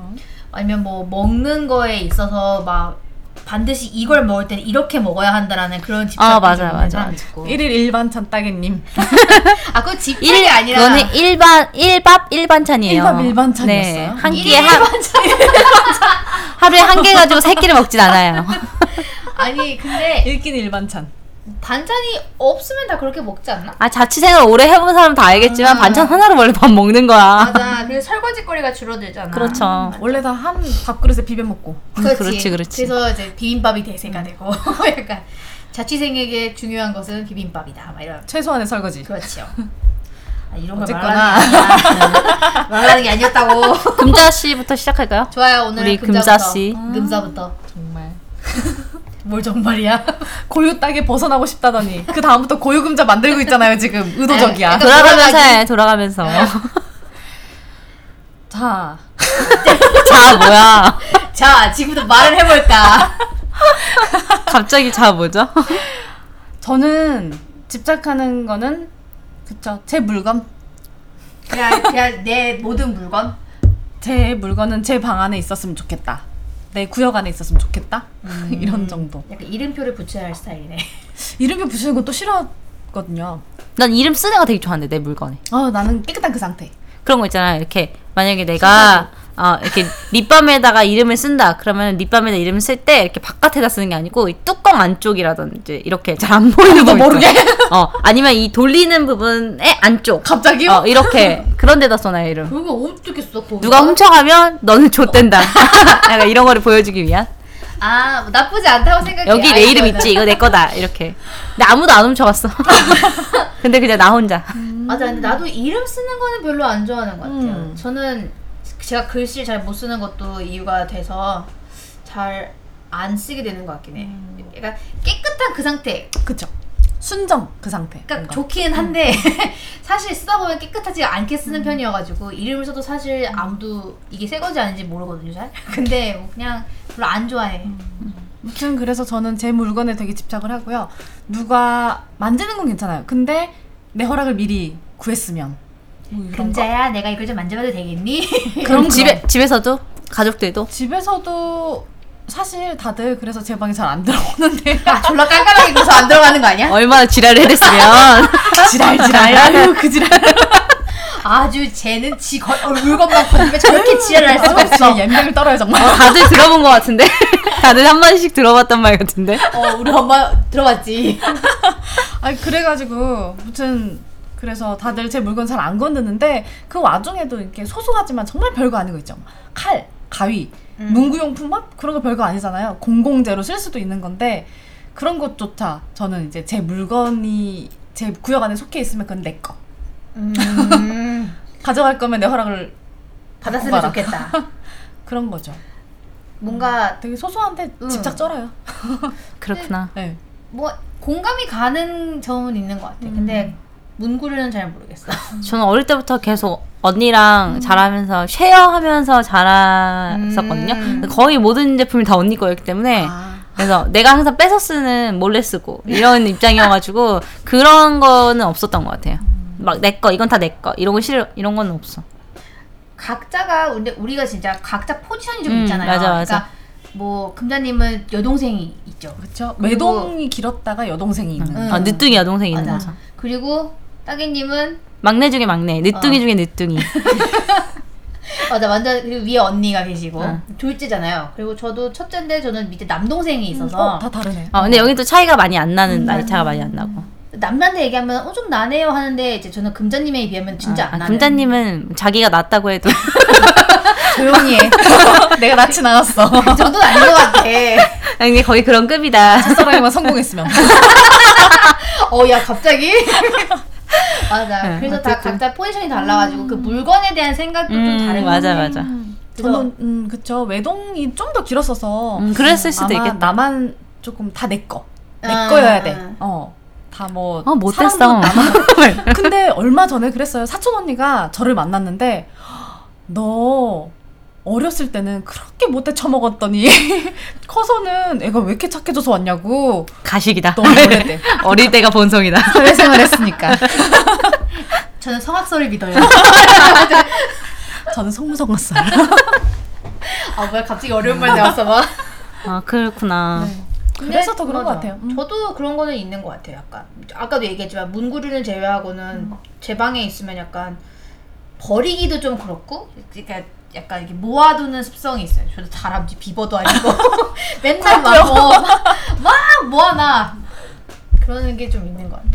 [SPEAKER 1] 아니면 뭐 먹는 거에 있어서 막 반드시 이걸 먹을 때는 이렇게 먹어야 한다라는 그런 집착이
[SPEAKER 2] 아, 맞아요,
[SPEAKER 1] 좀 있는
[SPEAKER 2] 맞아요.
[SPEAKER 1] 사람이 있고.
[SPEAKER 3] 1일 일반찬 따개님.
[SPEAKER 1] 아, 그건 집착이 아니라
[SPEAKER 2] 그거는 일반 일밥 일반찬이에요.
[SPEAKER 3] 일밥 일반찬이었어요?
[SPEAKER 2] 네, 한
[SPEAKER 1] 일일
[SPEAKER 2] 끼에 하,
[SPEAKER 1] 반찬.
[SPEAKER 2] 하루에 한 개 가지고 세 끼를 먹진 않아요.
[SPEAKER 1] 아니, 근데
[SPEAKER 3] 1긴 일반찬.
[SPEAKER 1] 반찬이 없으면 다 그렇게 먹지 않나?
[SPEAKER 2] 아 자취생활 오래 해본 사람 다 알겠지만
[SPEAKER 1] 아.
[SPEAKER 2] 반찬 하나로 원래 밥 먹는 거야.
[SPEAKER 1] 맞아. 그래서 설거지 거리가 줄어들잖아.
[SPEAKER 2] 그렇죠. 음,
[SPEAKER 3] 원래 다 한 밥그릇에 비벼 먹고.
[SPEAKER 1] 그렇지.
[SPEAKER 2] 그렇지, 그렇지.
[SPEAKER 1] 그래서 이제 비빔밥이 대세가 되고 약간 자취생에게 중요한 것은 비빔밥이다. 막 이런.
[SPEAKER 3] 최소한의 설거지.
[SPEAKER 1] 그렇죠. 아, 이런 걸
[SPEAKER 3] 어쨌거나.
[SPEAKER 1] 말하는 게 아니야. 말하는 게 아니었다고.
[SPEAKER 2] 금자 씨부터 시작할까요?
[SPEAKER 1] 좋아요 오늘
[SPEAKER 2] 우리 금자 씨. 음.
[SPEAKER 1] 금자부터
[SPEAKER 3] 정말.
[SPEAKER 1] 뭘 정말이야
[SPEAKER 3] 고유 땅에 벗어나고 싶다더니 그 다음부터 고유 금자 만들고 있잖아요 지금 의도적이야.
[SPEAKER 1] 약간
[SPEAKER 2] 돌아가면서
[SPEAKER 1] 돌아가기.
[SPEAKER 2] 해, 돌아가면서.
[SPEAKER 3] 자
[SPEAKER 2] 자 뭐야?
[SPEAKER 1] 자 지금부터 말을 해볼까
[SPEAKER 2] 갑자기 자 뭐죠?
[SPEAKER 3] 저는 집착하는 거는 그쵸 제 물건
[SPEAKER 1] 그냥 그냥 내 모든 물건
[SPEAKER 3] 제 물건은 제 방 안에 있었으면 좋겠다. 내 구역 안에 있었으면 좋겠다. 이런 정도.
[SPEAKER 1] 약간 이름표를 붙여야 할 스타일이네
[SPEAKER 3] 이름표 붙이는 건 또 싫어하거든요.
[SPEAKER 2] 난 이름 쓰는 거 되게 좋아하는데 내 물건에.
[SPEAKER 3] 아 나는 깨끗한 그 상태.
[SPEAKER 2] 그런 거 있잖아. 이렇게 만약에 내가 어, 이렇게 립밤에다가 이름을 쓴다. 그러면 립밤에다 이름 쓸 때 이렇게 바깥에다 쓰는 게 아니고 이 뚜껑 안쪽이라든지 이렇게 잘 안 보이는
[SPEAKER 3] 아무도
[SPEAKER 2] 부분
[SPEAKER 3] 모르게?
[SPEAKER 2] 있잖아. 어 아니면 이 돌리는 부분의 안쪽.
[SPEAKER 3] 갑자기요?
[SPEAKER 2] 어 이렇게 그런 데다 써놔요 이름.
[SPEAKER 1] 그거 어떻게 써 그거?
[SPEAKER 2] 누가 훔쳐가면 너는 좆된다. 약간 이런 거를 보여주기 위한.
[SPEAKER 1] 아뭐 나쁘지 않다고 생각해
[SPEAKER 2] 여기 내
[SPEAKER 1] 아이디어는.
[SPEAKER 2] 이름 있지. 이거 내 거다. 이렇게. 근데 아무도 안 훔쳐갔어. 근데 그냥 나 혼자.
[SPEAKER 1] 음. 맞아 근데 나도 이름 쓰는 거는 별로 안 좋아하는 것 같아요
[SPEAKER 3] 음.
[SPEAKER 1] 저는 제가 글씨를 잘 못 쓰는 것도 이유가 돼서 잘 안 쓰게 되는 것 같긴 해
[SPEAKER 2] 음.
[SPEAKER 1] 그러니까 깨끗한 그 상태
[SPEAKER 3] 그쵸. 순정 그 상태.
[SPEAKER 1] 그러니까
[SPEAKER 3] 뭔가.
[SPEAKER 1] 좋기는 한데 사실 쓰다 보면 깨끗하지 않게 쓰는 편이어가지고 이름을 써도 사실 아무도 이게 새 거지 아닌지 모르거든요 잘 근데 뭐 그냥 별로 안 좋아해
[SPEAKER 3] 아무튼 그래서 저는 제 물건에 되게 집착을 하고요. 누가 만지는 건 괜찮아요. 근데 내 허락을 미리 구했으면. 뭐 이런 거.
[SPEAKER 1] 금자야 내가 이걸 좀 만져봐도 되겠니?
[SPEAKER 3] 그럼
[SPEAKER 2] 집에 집에서도 가족들도
[SPEAKER 3] 집에서도 사실 다들 그래서 제 방에 잘 안 들어오는데
[SPEAKER 1] 아 졸라 깜깜하게 굴어서 안 들어가는 거 아니야?
[SPEAKER 2] 얼마나 지랄을 해댔으면
[SPEAKER 3] 지랄 지랄 아유 그 지랄
[SPEAKER 1] 아주 쟤는 지
[SPEAKER 3] 그
[SPEAKER 1] 거, 어, 물건만 건드면 저렇게 지랄을 할 수가 없어
[SPEAKER 3] 옌병을 떨어요 정말
[SPEAKER 2] 다들 들어본 것 같은데 다들 한 번씩 들어봤던 말 같은데.
[SPEAKER 1] 어, 우리 엄마 들어봤지.
[SPEAKER 3] 아니 그래가지고 무튼 그래서 다들 제 물건 잘 안 건드는데 그 와중에도 이렇게 소소하지만 정말 별거 아닌 거 있죠. 칼, 가위,
[SPEAKER 1] 음.
[SPEAKER 3] 문구용품 막 그런 거 별거 아니잖아요. 공공재로 쓸 수도 있는 건데 그런 것조차 저는 이제 제 물건이 제 구역 안에 속해 있으면 그건 내 거.
[SPEAKER 1] 음,
[SPEAKER 3] 가져갈 거면 내 허락을
[SPEAKER 1] 받았으면
[SPEAKER 3] 봐라.
[SPEAKER 1] 좋겠다.
[SPEAKER 3] 그런 거죠.
[SPEAKER 1] 뭔가
[SPEAKER 3] 되게 소소한데
[SPEAKER 1] 응.
[SPEAKER 3] 집착 쩔어요.
[SPEAKER 2] 그렇구나.
[SPEAKER 3] 네.
[SPEAKER 1] 뭐 공감이 가는 점은 있는 것 같아. 근데 문구류는 잘 모르겠어.
[SPEAKER 2] 저는 어릴 때부터 계속 언니랑 자라면서 쉐어하면서 자랐었거든요.
[SPEAKER 1] 음.
[SPEAKER 2] 거의 모든 제품이 다 언니 거였기 때문에
[SPEAKER 3] 아.
[SPEAKER 2] 그래서 내가 항상 뺏어 쓰는 몰래 쓰고 이런 입장이어가지고 그런 거는 없었던 것 같아요. 막 내 거 이건 다 내 거 이런 거 싫어 이런 건 없어.
[SPEAKER 1] 각자가 근데 우리가 진짜 각자 포지션이 좀
[SPEAKER 2] 음,
[SPEAKER 1] 있잖아요.
[SPEAKER 2] 맞아, 음, 맞아.
[SPEAKER 1] 그러니까 뭐 금자님은 여동생이 있죠.
[SPEAKER 3] 그렇죠.
[SPEAKER 1] 그리고- 음.
[SPEAKER 3] 외동이 길었다가 여동생이 있는.
[SPEAKER 1] 응.
[SPEAKER 2] 아, 늦둥이 여동생이 있는 거죠.
[SPEAKER 1] 그리고 따개님은
[SPEAKER 2] 막내 중에 막내, 늦둥이
[SPEAKER 1] 어.
[SPEAKER 2] 중에 늦둥이.
[SPEAKER 1] 맞아 완전 그리고 위에 언니가 계시고
[SPEAKER 2] 응.
[SPEAKER 1] 둘째잖아요. 그리고 저도 첫째인데 저는 밑에 남동생이 있어서
[SPEAKER 3] 어, 다 다르네.
[SPEAKER 2] 어, 근데 여기도 차이가 많이 안 나는 나이 차가 많이 안 나고.
[SPEAKER 1] 남자한테 얘기하면 어 좀 나네요 하는데 이제 저는 금자님에 비하면 진짜
[SPEAKER 2] 아,
[SPEAKER 1] 안 나는.
[SPEAKER 2] 금자님은 자기가 낫다고 해도
[SPEAKER 1] 조용히 해.
[SPEAKER 3] 아, 내가 낯이 나왔어.
[SPEAKER 1] 저도 그 아닌 것 같아.
[SPEAKER 2] 아니 근데 거의 그런 급이다.
[SPEAKER 3] 첫사랑에만 성공했으면.
[SPEAKER 1] 어 야 갑자기. 맞아.
[SPEAKER 2] 네,
[SPEAKER 1] 그래서 다
[SPEAKER 2] 어쨌든.
[SPEAKER 1] 각자 포지션이 달라가지고 그 물건에 대한 생각도 좀
[SPEAKER 2] 음,
[SPEAKER 1] 다른
[SPEAKER 2] 맞아 맞아.
[SPEAKER 3] 저는 음 그쵸 외동이 좀 더 길었어서
[SPEAKER 2] 음, 그랬을 수도
[SPEAKER 3] 아마
[SPEAKER 2] 있겠다.
[SPEAKER 3] 나만 조금 다 내 거. 내
[SPEAKER 1] 아,
[SPEAKER 3] 거여야
[SPEAKER 1] 아.
[SPEAKER 3] 돼. 어. 다 뭐
[SPEAKER 2] 어 못됐어.
[SPEAKER 3] 사랑도 나- 근데 얼마 전에 그랬어요. 사촌 언니가 저를 만났는데 너 어렸을 때는 그렇게 못돼 처먹었더니 커서는 애가 왜 이렇게 착해져서 왔냐고
[SPEAKER 2] 가식이다.
[SPEAKER 3] 너무 오래돼.
[SPEAKER 2] 어릴 때가 본성이다.
[SPEAKER 3] 사회생활 했으니까.
[SPEAKER 1] 저는 성악설을 믿어요.
[SPEAKER 3] 저는 성무성갔어요.
[SPEAKER 1] 아 뭐야 갑자기 어려운 말 나왔어 막.
[SPEAKER 2] 아 그렇구나.
[SPEAKER 3] 네.
[SPEAKER 1] 근데
[SPEAKER 3] 그래서 더 그런
[SPEAKER 1] 맞아.
[SPEAKER 3] 것 같아요. 음.
[SPEAKER 1] 저도 그런 거는 있는 것 같아요. 약간 아까도 얘기했지만 문구류는
[SPEAKER 3] 음.
[SPEAKER 1] 제외하고는 제 방에 있으면 약간 버리기도 좀 그렇고, 그러니까 약간 이렇게 모아두는 습성이 있어요. 저도 다람쥐 비버도 아니고 맨날 막, 어, 막, 막 모아놔 그러는 게 좀 있는 것 같아.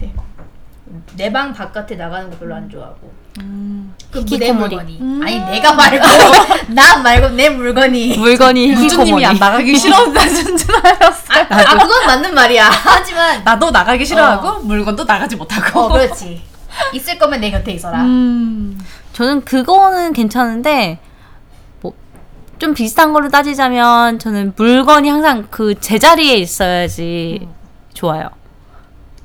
[SPEAKER 1] 내 방 바깥에 나가는 거 별로 안 좋아하고.
[SPEAKER 3] 음.
[SPEAKER 1] 그내
[SPEAKER 2] 히키코모리.
[SPEAKER 1] 물건이 아니 내가 말고 나 말고 내 물건이
[SPEAKER 2] 물건이
[SPEAKER 3] 유주님이
[SPEAKER 2] 히키코모니.
[SPEAKER 3] 안 나가기 싫어한다 준준아였어.
[SPEAKER 1] 아, 아 그건 맞는 말이야 하지만
[SPEAKER 3] 나도 나가기 싫어하고 물건도 나가지 못하고.
[SPEAKER 1] 어, 그렇지. 있을 거면 내 곁에 있어라.
[SPEAKER 3] 음.
[SPEAKER 2] 저는 그거는 괜찮은데 뭐 좀 비슷한 걸로 따지자면 저는 물건이 항상 그 제자리에 있어야지
[SPEAKER 3] 음.
[SPEAKER 2] 좋아요.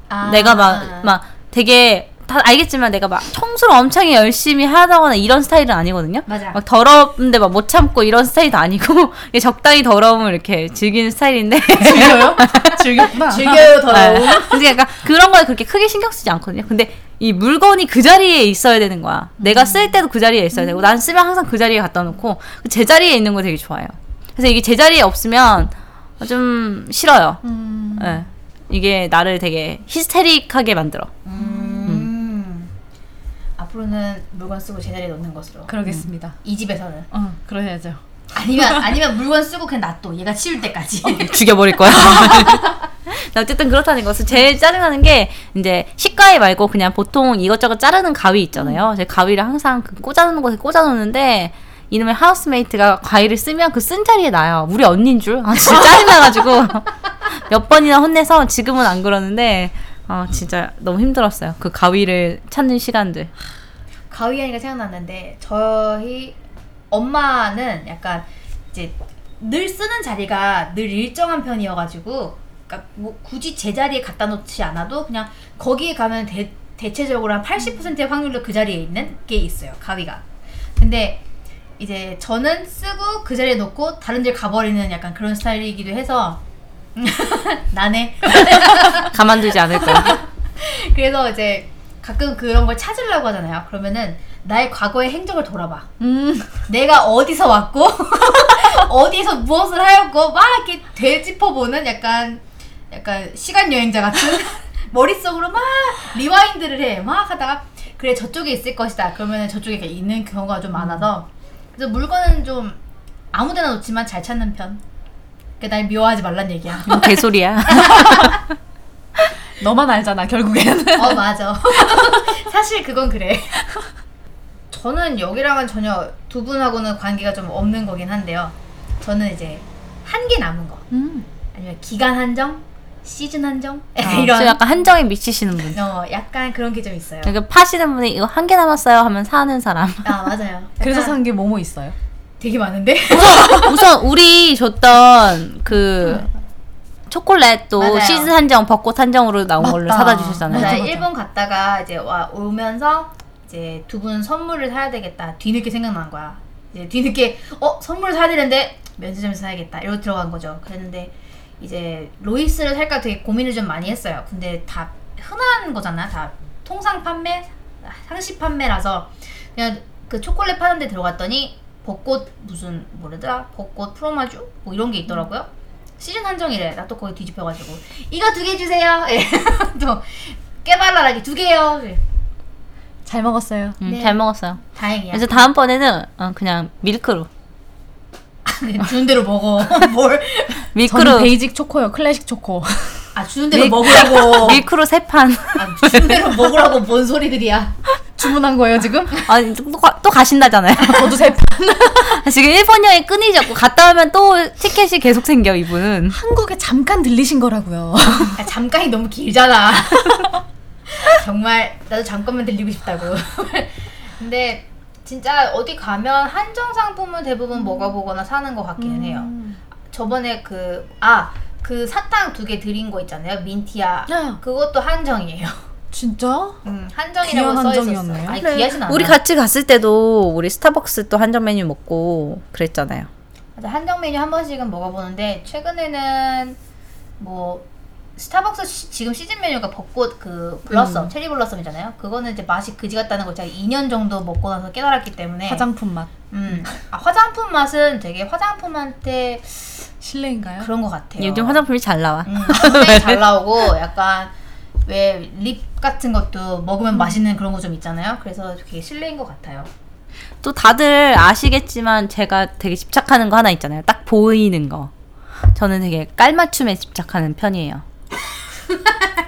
[SPEAKER 1] 아.
[SPEAKER 2] 내가 막 막 되게 다 알겠지만 내가 막 청소를 엄청 열심히 하다거나 이런 스타일은 아니거든요.
[SPEAKER 1] 맞아.
[SPEAKER 2] 막 더러운데 막 못 참고 이런 스타일도 아니고 이게 적당히 더러움을 이렇게 즐기는 스타일인데
[SPEAKER 3] 즐겨요? 즐겼구나.
[SPEAKER 1] 즐겨요 더러움.
[SPEAKER 2] 네. 근데 약간 그런 거에 그렇게 크게 신경 쓰지 않거든요. 근데 이 물건이 그 자리에 있어야 되는 거야.
[SPEAKER 1] 음.
[SPEAKER 2] 내가 쓸 때도 그 자리에 있어야 되고, 난 쓰면 항상 그 자리에 갖다 놓고, 그 제자리에 있는 거 되게 좋아요. 그래서 이게 제자리에 없으면 좀 싫어요.
[SPEAKER 3] 음.
[SPEAKER 2] 예. 이게 나를 되게 히스테릭하게 만들어.
[SPEAKER 1] 음. 앞으로는 물건 쓰고 제자리에 놓는 것으로.
[SPEAKER 3] 그러겠습니다.
[SPEAKER 1] 이 집에서는
[SPEAKER 3] 어, 그러야죠.
[SPEAKER 1] 아니면 아니면 물건 쓰고 그냥 놔둬 얘가 치울 때까지
[SPEAKER 2] 죽여버릴 거야. 나 어쨌든 그렇다는 것은 제일 짜증나는 게 이제 식가위 말고 그냥 보통 이것저것 자르는 가위 있잖아요. 제 가위를 항상 그 꽂아놓는 곳에 꽂아놓는데 이놈의 하우스메이트가 가위를 쓰면 그 쓴 자리에 나요. 우리 언니인 줄? 아 진짜 짜증나가지고 몇 번이나 혼내서 지금은 안 그러는데 아 진짜 너무 힘들었어요. 그 가위를 찾는 시간들.
[SPEAKER 1] 가위 하니까 생각났는데 저희 엄마는 약간 이제 늘 쓰는 자리가 늘 일정한 편이어가지고 그러니까 뭐 굳이 제자리에 갖다 놓지 않아도 그냥 거기에 가면 대, 대체적으로 한 80%의 확률로 그 자리에 있는 게 있어요 가위가 근데 이제 저는 쓰고 그 자리에 놓고 다른 데 가버리는 약간 그런 스타일이기도 해서 나네
[SPEAKER 2] 가만두지 않을 거야.
[SPEAKER 1] 그래서 이제 가끔 그런 걸 찾으려고 하잖아요 그러면은 나의 과거의 행적을 돌아봐
[SPEAKER 3] 음.
[SPEAKER 1] 내가 어디서 왔고 어디에서 무엇을 하였고 막 이렇게 되짚어보는 약간 약간 시간 여행자 같은 머릿속으로 막 리와인드를 해 막 하다가 그래 저쪽에 있을 것이다 그러면 저쪽에 이렇게 있는 경우가 좀 많아서 그래서 물건은 좀 아무데나 놓지만 잘 찾는 편 그러니까 날 미워하지 말란 얘기야.
[SPEAKER 2] 이건 뭐 개소리야.
[SPEAKER 3] 너만 알잖아 결국에는.
[SPEAKER 1] 어 맞아. 사실 그건 그래. 저는 여기랑은 전혀 두 분하고는 관계가 좀 없는 거긴 한데요. 저는 이제 한기 남은 거
[SPEAKER 3] 음.
[SPEAKER 1] 아니면 기간 한정, 시즌 한정
[SPEAKER 3] 아,
[SPEAKER 2] 어,
[SPEAKER 1] 이런
[SPEAKER 2] 저 약간 한정에 미치시는 분.
[SPEAKER 1] 어, 약간 그런 게 좀 있어요.
[SPEAKER 3] 네.
[SPEAKER 2] 이렇게 파시는 분이 이거 한 개 남았어요 하면 사는 사람.
[SPEAKER 1] 아 맞아요.
[SPEAKER 3] 그래서
[SPEAKER 1] 약간
[SPEAKER 3] 산 게 뭐뭐 있어요?
[SPEAKER 1] 되게 많은데.
[SPEAKER 2] 우선, 우선 우리 줬던 그 초콜릿도
[SPEAKER 1] 맞아요.
[SPEAKER 2] 시즌 한정, 벚꽃 한정으로 나온 걸로
[SPEAKER 3] 맞다.
[SPEAKER 2] 사다 주셨잖아요.
[SPEAKER 1] 맞아
[SPEAKER 3] 맞아.
[SPEAKER 1] 일본 갔다가 이제 와 오면서 이제 두 분 선물을 사야 되겠다 뒤늦게 생각난 거야 이제 뒤늦게 어 선물 사야 되는데 면세점에서 사야겠다 이러고 들어간 거죠 그랬는데 이제 로이스를 살까 되게 고민을 좀 많이 했어요 근데 다 흔한 거잖아 다 통상 판매 상시 판매라서 그냥 그 초콜릿 파는 데 들어갔더니 벚꽃 무슨 뭐라더라 벚꽃 프로마주 뭐 이런 게 있더라고요 시즌 한정이래 나 또 거기 뒤집혀가지고 이거 두 개 주세요 예. 또 깨발랄하게 두 개요 예.
[SPEAKER 3] 잘 먹었어요.
[SPEAKER 2] 음,
[SPEAKER 1] 네.
[SPEAKER 2] 잘 먹었어요.
[SPEAKER 1] 다행이야
[SPEAKER 2] 그래서 다음번에는 어, 그냥 밀크로.
[SPEAKER 1] 그 주는 대로 먹어 뭘아
[SPEAKER 3] 저는
[SPEAKER 2] 밀크로.
[SPEAKER 3] 베이직 초코요. 클래식 초코.
[SPEAKER 1] 아, 주는 대로 먹으라고
[SPEAKER 2] 밀크로 세 판.
[SPEAKER 1] 아, 주는 대로 먹으라고 뭔 소리들이야
[SPEAKER 3] 주문한 거예요 지금?
[SPEAKER 2] 아니, 또, 가- 또 가신다잖아요.
[SPEAKER 3] 저도 세 판.
[SPEAKER 2] 지금 일본 여행 끊이지 않고 갔다 오면 또 티켓이 계속 생겨, 이분은.
[SPEAKER 3] 한국에 잠깐 들리신 거라고요.
[SPEAKER 1] 아, 잠깐이 너무 길잖아 정말 나도 잠깐만 들리고 싶다고 근데 진짜 어디 가면 한정 상품은 대부분 먹어보거나 사는 것
[SPEAKER 2] 음.
[SPEAKER 1] 같기는 해요 저번에 그 아, 그 사탕 두 개 드린 거 있잖아요 민티야
[SPEAKER 3] 야.
[SPEAKER 1] 그것도 한정이에요
[SPEAKER 3] 진짜?
[SPEAKER 1] 음, 한정이라고
[SPEAKER 3] 귀한
[SPEAKER 1] 써있었어
[SPEAKER 3] 한정이었네요.
[SPEAKER 1] 아니 귀하진 않아
[SPEAKER 2] 우리 같이 갔을 때도 우리 스타벅스 또 한정 메뉴 먹고 그랬잖아요.
[SPEAKER 1] 맞아, 한정 메뉴 한 번씩은 먹어보는데 최근에는 뭐 스타벅스 시- 지금 시즌 메뉴가 벚꽃 그 블러썸 체리 블러썸이잖아요. 그거는 이제 맛이 그지 같다는 걸 제가 2년 정도 먹고 나서 깨달았기
[SPEAKER 3] 네.
[SPEAKER 1] 때문에
[SPEAKER 3] 화장품 맛.
[SPEAKER 1] 음. 아, 화장품 맛은 되게 화장품한테
[SPEAKER 3] 실례인가요?
[SPEAKER 1] 그런 것 같아요.
[SPEAKER 2] 예, 요즘 화장품이 잘 나와.
[SPEAKER 1] 음, 굉장히 잘 나오고 약간 왜 립 같은 것도 먹으면
[SPEAKER 2] 음.
[SPEAKER 1] 맛있는 그런 거 좀 있잖아요. 그래서 되게 실례인 것 같아요.
[SPEAKER 2] 또 다들 아시겠지만 제가 되게 집착하는 거 하나 있잖아요. 딱 보이는 거. 저는 되게 깔맞춤에 집착하는 편이에요.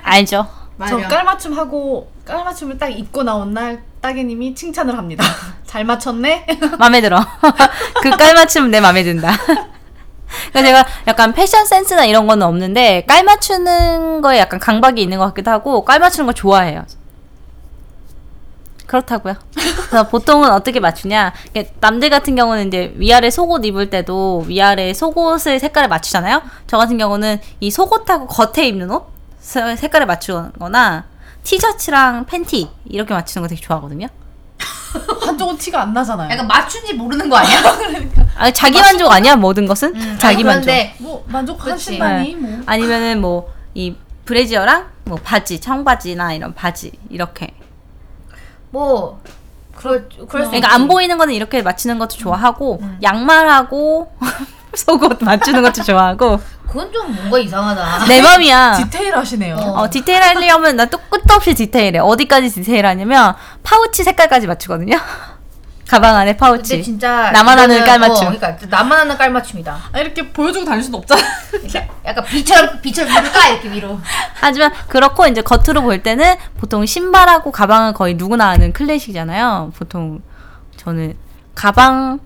[SPEAKER 2] 알죠?
[SPEAKER 3] 저 깔맞춤 하고 깔맞춤을 딱 입고 나온 날 따개님이 칭찬을 합니다. 잘 맞췄네.
[SPEAKER 2] 마음에 들어. 그 깔맞춤 내 마음에 든다. 그러니까 제가 약간 패션 센스나 이런 거는 없는데 깔맞추는 거에 약간 강박이 있는 것 같기도 하고 깔맞추는 거 좋아해요. 그렇다고요. 그래서 보통은 어떻게 맞추냐? 이게 남들 같은 경우는 이제 위아래 속옷 입을 때도 위아래 속옷의 색깔을 맞추잖아요. 저 같은 경우는 이 속옷하고 겉에 입는 옷 세- 색깔을 맞추거나 티셔츠랑 팬티 이렇게 맞추는 거 되게 좋아하거든요.
[SPEAKER 3] 한쪽은 티가 안 나잖아요.
[SPEAKER 1] 약간 맞춘지 모르는 거 아니야?
[SPEAKER 2] 아, 자기 만족 아니야 모든 것은
[SPEAKER 1] 음,
[SPEAKER 2] 자기 만족.
[SPEAKER 1] 그런데
[SPEAKER 3] 뭐
[SPEAKER 2] 그치.
[SPEAKER 3] 만족하신다니 뭐.
[SPEAKER 2] 아니면은 뭐 이 브래지어랑 뭐 바지, 청바지나 이런 바지 이렇게.
[SPEAKER 1] 뭐 그럴 그럴 수 음.
[SPEAKER 2] 그러니까 안 보이는 거는 이렇게 맞추는 것도 좋아하고 양말하고 속옷 맞추는 것도 좋아하고
[SPEAKER 1] 그건 좀 뭔가 이상하다.
[SPEAKER 2] 내
[SPEAKER 3] 아.
[SPEAKER 2] 맘이야.
[SPEAKER 3] 디테일하시네요.
[SPEAKER 1] 어.
[SPEAKER 2] 어, 디테일하려면 나 또 끝도 없이 디테일해. 어디까지 디테일하냐면 파우치 색깔까지 맞추거든요. 가방 안에
[SPEAKER 1] 근데
[SPEAKER 2] 파우치.
[SPEAKER 1] 진짜
[SPEAKER 2] 나만 아는
[SPEAKER 1] 이거는-
[SPEAKER 2] 깔맞춤.
[SPEAKER 1] 어, 그러니까 나만 아는 깔맞춤이다.
[SPEAKER 3] 아, 이렇게 보여주고 다닐 순 없잖아.
[SPEAKER 1] 그러니까 약간 비처럼 비처럼 위로 까 이렇게 위로.
[SPEAKER 2] 하지만 그렇고 이제 겉으로 볼 때는 보통 신발하고 가방은 거의 누구나 아는 클래식이잖아요. 보통 저는 가방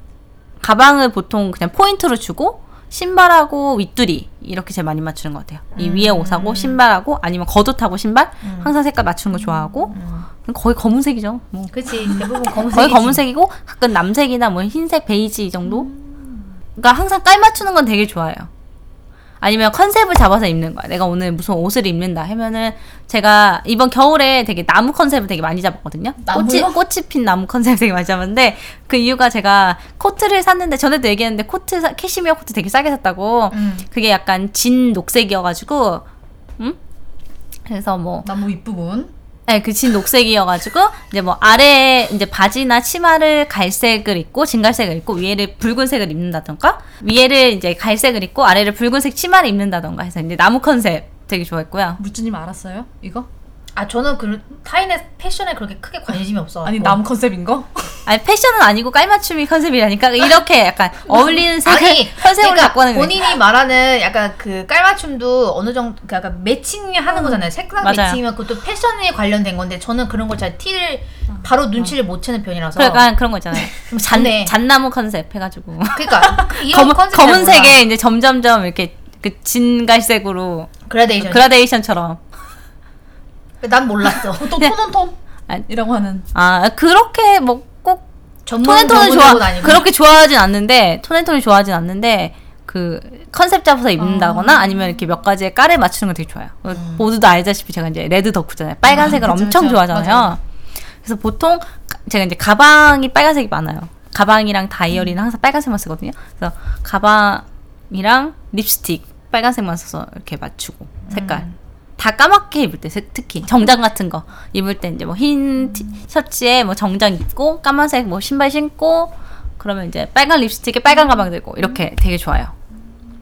[SPEAKER 2] 가방을 보통 그냥 포인트로 주고 신발하고 윗두리 이렇게 제일 많이 맞추는 것 같아요. 이 위에 옷하고 신발하고 아니면 겉옷하고 신발 항상 색깔 맞추는 거 좋아하고 거의 검은색이죠. 뭐.
[SPEAKER 1] 음, 그렇지 대부분 검은색.
[SPEAKER 2] 거의 검은색이고 가끔 남색이나 뭐 흰색, 베이지 이 정도. 그러니까 항상 깔 맞추는 건 되게 좋아요. 아니면 컨셉을 잡아서 입는 거야. 내가 오늘 무슨 옷을 입는다 하면은 제가 이번 겨울에 되게 나무 컨셉을 되게 많이 잡았거든요. 꽃이
[SPEAKER 1] 나무요?
[SPEAKER 2] 꽃이 핀 나무 컨셉 되게 많이 잡았는데 그 이유가 제가 코트를 샀는데 전에도 얘기했는데 코트 사- 캐시미어 코트 되게 싸게 샀다고.
[SPEAKER 1] 음.
[SPEAKER 2] 그게 약간 진 녹색이어가지고 음 그래서 뭐
[SPEAKER 3] 나무 윗부분.
[SPEAKER 2] 네, 그 진 녹색이어가지고 이제 뭐 아래에 이제 바지나 치마를 갈색을 입고 진갈색을 입고 위에를 붉은색을 입는다던가 위에를 이제 갈색을 입고 아래를 붉은색 치마를 입는다던가 해서 이제 나무 컨셉 되게 좋아했고요.
[SPEAKER 3] 물주님 알았어요? 이거?
[SPEAKER 1] 아 저는 그 타인의 패션에 그렇게 크게 관심이 없어.
[SPEAKER 3] 아니 남 컨셉인 거?
[SPEAKER 2] 아니 패션은 아니고 깔맞춤이 컨셉이라니까 이렇게 약간 어울리는 색
[SPEAKER 1] 아니
[SPEAKER 2] 컨셉으로
[SPEAKER 1] 그러니까
[SPEAKER 2] 갖고 하는 거예요.
[SPEAKER 1] 본인이 말하는 약간 그 깔맞춤도 어느 정도 그러니까 약간 매칭하는 거잖아요. 색상
[SPEAKER 2] 음. 맞아요.
[SPEAKER 1] 매칭이면 그것도 패션에 관련된 건데 저는 그런 걸 잘 티를 바로 눈치를 못 채는 편이라서.
[SPEAKER 2] 그러니까 약간 그런 거 있잖아요. 잔
[SPEAKER 1] 어. 네.
[SPEAKER 2] 잔나무 컨셉 해가지고
[SPEAKER 1] 그러니까 그 이런
[SPEAKER 2] 검은
[SPEAKER 1] 컨셉
[SPEAKER 2] 검은색에 이제 점점점 이렇게 그 진갈색으로
[SPEAKER 1] 그라데이션.
[SPEAKER 2] 그라데이션처럼
[SPEAKER 1] 난 몰랐어.
[SPEAKER 3] 보통
[SPEAKER 2] 네.
[SPEAKER 3] 톤온톤
[SPEAKER 2] 아니.
[SPEAKER 3] 이라고 하는
[SPEAKER 2] 아 그렇게 뭐꼭
[SPEAKER 1] 전문
[SPEAKER 2] 톤앤톤은
[SPEAKER 1] 전문
[SPEAKER 2] 좋아
[SPEAKER 1] 옷 아니고.
[SPEAKER 2] 그렇게 좋아하진 않는데 톤앤톤을 좋아하진 않는데 그 컨셉 잡아서 입는다거나 아니면 이렇게 몇 가지의 깔을 맞추는 거 되게 좋아요. 모두도 알다시피 제가 이제 레드 덕후잖아요. 빨간색을
[SPEAKER 3] 아, 그쵸,
[SPEAKER 2] 엄청
[SPEAKER 3] 그쵸.
[SPEAKER 2] 좋아하잖아요.
[SPEAKER 1] 맞아요.
[SPEAKER 2] 그래서 보통 가- 제가 이제 가방이 빨간색이 많아요. 가방이랑 다이어리는 항상 빨간색만 쓰거든요. 그래서 가방이랑 립스틱 빨간색만 써서 이렇게 맞추고 색깔
[SPEAKER 1] 음.
[SPEAKER 2] 다 까맣게 입을 때 색- 특히 정장 같은 거 입을 때 이제 뭐
[SPEAKER 1] 음.
[SPEAKER 2] 흰 셔츠에 뭐 정장 입고 까만색 뭐 신발 신고 그러면 이제 빨간 립스틱에 빨간 가방 들고
[SPEAKER 1] 음.
[SPEAKER 2] 이렇게 되게 좋아요.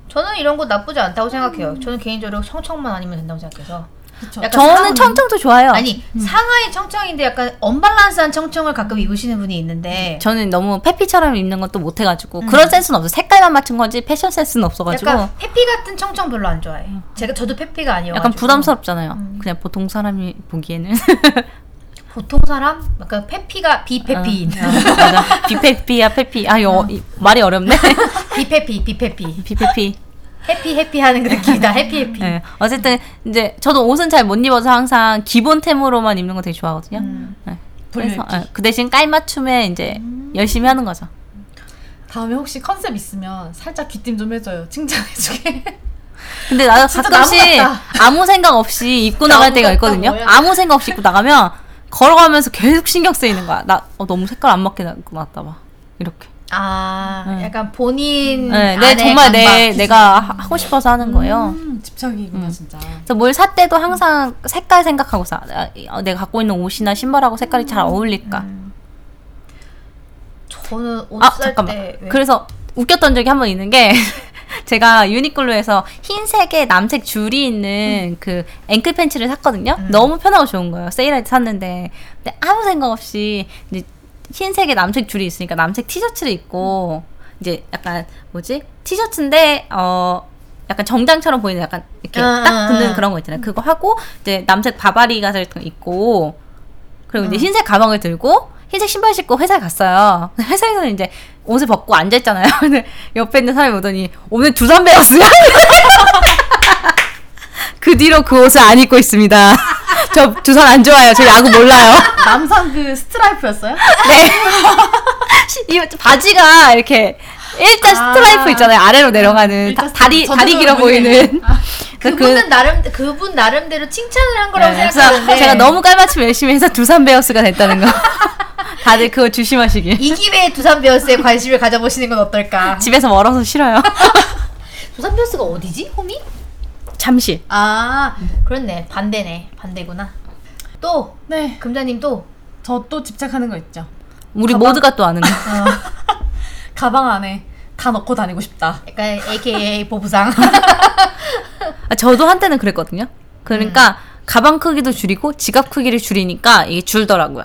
[SPEAKER 1] 저는 이런 거 나쁘지 않다고 생각해요. 저는 개인적으로 청청만 아니면 된다고 생각해서.
[SPEAKER 3] 그쵸.
[SPEAKER 1] 약간
[SPEAKER 2] 저는
[SPEAKER 1] 상하이-
[SPEAKER 2] 청청도 좋아요.
[SPEAKER 1] 아니 상하이 청청인데 약간 언밸런스한 청청을 가끔 입으시는 분이 있는데
[SPEAKER 2] 저는 너무 페피처럼 입는 것도 못 해가지고 그런 센스는 없어. 색깔만 맞춘 거지 패션 센스는 없어가지고
[SPEAKER 1] 음.
[SPEAKER 2] 음.
[SPEAKER 1] 약간 페피 같은 청청 별로 안 좋아해. 제가 저도 페피가 아니어요.
[SPEAKER 2] 약간 부담스럽잖아요.
[SPEAKER 1] 음.
[SPEAKER 2] 그냥 보통 사람이 보기에는
[SPEAKER 1] 보통 사람 약간 페피가 비페피인
[SPEAKER 2] 음, 맞아. 비페피야 페피. 아 이거 어- 이- 말이 어렵네.
[SPEAKER 1] 비페피 비페피
[SPEAKER 2] 비페피.
[SPEAKER 1] 해피 해피 하는 그 느낌이다. 해피 해피.
[SPEAKER 2] 예. 어쨌든 이제 저도 옷은 잘 못 입어서 항상 기본템으로만 입는 거 되게 좋아하거든요.
[SPEAKER 1] 음.
[SPEAKER 2] 예.
[SPEAKER 3] 분류
[SPEAKER 2] 그래서 예, 그 대신 깔맞춤에 이제 열심히 하는 거죠.
[SPEAKER 3] 다음에 혹시 컨셉 있으면 살짝 귀띔 좀 해줘요. 칭찬해주게.
[SPEAKER 2] 근데 나도
[SPEAKER 3] 진짜
[SPEAKER 2] 가끔씩
[SPEAKER 3] 나무
[SPEAKER 2] 아무 생각 없이 입고
[SPEAKER 1] 나무
[SPEAKER 2] 나갈 때가
[SPEAKER 1] 같다,
[SPEAKER 2] 있거든요.
[SPEAKER 1] 뭐야.
[SPEAKER 2] 아무 생각 없이 입고 나가면 걸어가면서 계속 신경 쓰이는 거야. 나 어, 너무 색깔 안 맞게 나- 입고 나왔다 봐. 이렇게.
[SPEAKER 1] 아
[SPEAKER 2] 네.
[SPEAKER 1] 약간 본인
[SPEAKER 2] 예,
[SPEAKER 1] 안에
[SPEAKER 2] 내 정말 내
[SPEAKER 1] 강박.
[SPEAKER 2] 내가 하- 하고 싶어서 하는 거예요.
[SPEAKER 3] 음, 집착이구나 진짜.
[SPEAKER 2] 그래서 뭘 살 때도 항상 색깔 생각하고 사. 아, 이- 어, 내가 갖고 있는 옷이나 신발하고 색깔이 잘 어울릴까.
[SPEAKER 1] 저는 옷
[SPEAKER 2] 아
[SPEAKER 1] 살
[SPEAKER 2] 잠깐만.
[SPEAKER 1] 때 왜
[SPEAKER 2] 그래서 웃겼던 적이 한 번 있는 게 제가 유니클로에서 흰색에 남색 줄이
[SPEAKER 1] 음.
[SPEAKER 2] 있는 그 앵클 팬츠를 샀거든요. 너무 편하고 좋은 거예요. 세일할 때 샀는데 근데 아무 생각 없이 이제 흰색에 남색 줄이 있으니까 남색 티셔츠를 입고 이제 약간 뭐지 티셔츠인데 어 약간 정장처럼 보이는 약간 이렇게
[SPEAKER 1] 아, 아,
[SPEAKER 2] 딱 붙는
[SPEAKER 1] 아.
[SPEAKER 2] 그런 거 있잖아요. 그거 하고 이제 남색 바바리 가을 입고 그리고 이제
[SPEAKER 1] 음.
[SPEAKER 2] 흰색 가방을 들고 흰색 신발 신고 회사에 갔어요. 근데 회사에서는 이제 옷을 벗고 앉아있잖아요. 근데 옆에 있는 사람이 오더니 오늘 두산 베어스야? 그 뒤로 그 옷을 안 입고 있습니다. 저 두산 안 좋아요. 저 야구 몰라요.
[SPEAKER 3] 남상 그 스트라이프였어요?
[SPEAKER 2] 네. 이 바지가 이렇게 일자
[SPEAKER 3] 아.
[SPEAKER 2] 스트라이프 있잖아요. 아래로 내려가는 다,
[SPEAKER 3] 일자
[SPEAKER 2] 다리
[SPEAKER 3] 스트라이프.
[SPEAKER 2] 다리 길어
[SPEAKER 3] 저도 모르겠네.
[SPEAKER 2] 보이는. 그-
[SPEAKER 1] 아, 그분은 나름 그분 나름대로 칭찬을 한 거라고
[SPEAKER 2] 네,
[SPEAKER 1] 생각하는데
[SPEAKER 2] 그래서 제가 너무 깔맞춤 열심히 해서 두산 베어스가 됐다는 거. 다들 그거 조심하시길.
[SPEAKER 1] 이 기회에 두산 베어스에 관심을 가져보시는 건 어떨까?
[SPEAKER 2] 집에서 멀어서 싫어요.
[SPEAKER 1] 두산 베어스가 어디지? 홈이?
[SPEAKER 2] 잠시.
[SPEAKER 1] 아 그렇네 반대네 반대구나. 또
[SPEAKER 3] 네. 어.
[SPEAKER 1] 금자님 또
[SPEAKER 3] 저 또 집착하는 거 있죠. 어.
[SPEAKER 2] 우리 모두가 또 아는 거.
[SPEAKER 3] 가방 안에 다 넣고 다니고 싶다.
[SPEAKER 1] 약간 AKA 보부상.
[SPEAKER 2] 아, 저도 한때는 그랬거든요. 그러니까
[SPEAKER 3] 음.
[SPEAKER 2] 가방 크기도 줄이고 지갑 크기를 줄이니까 이게 줄더라고요.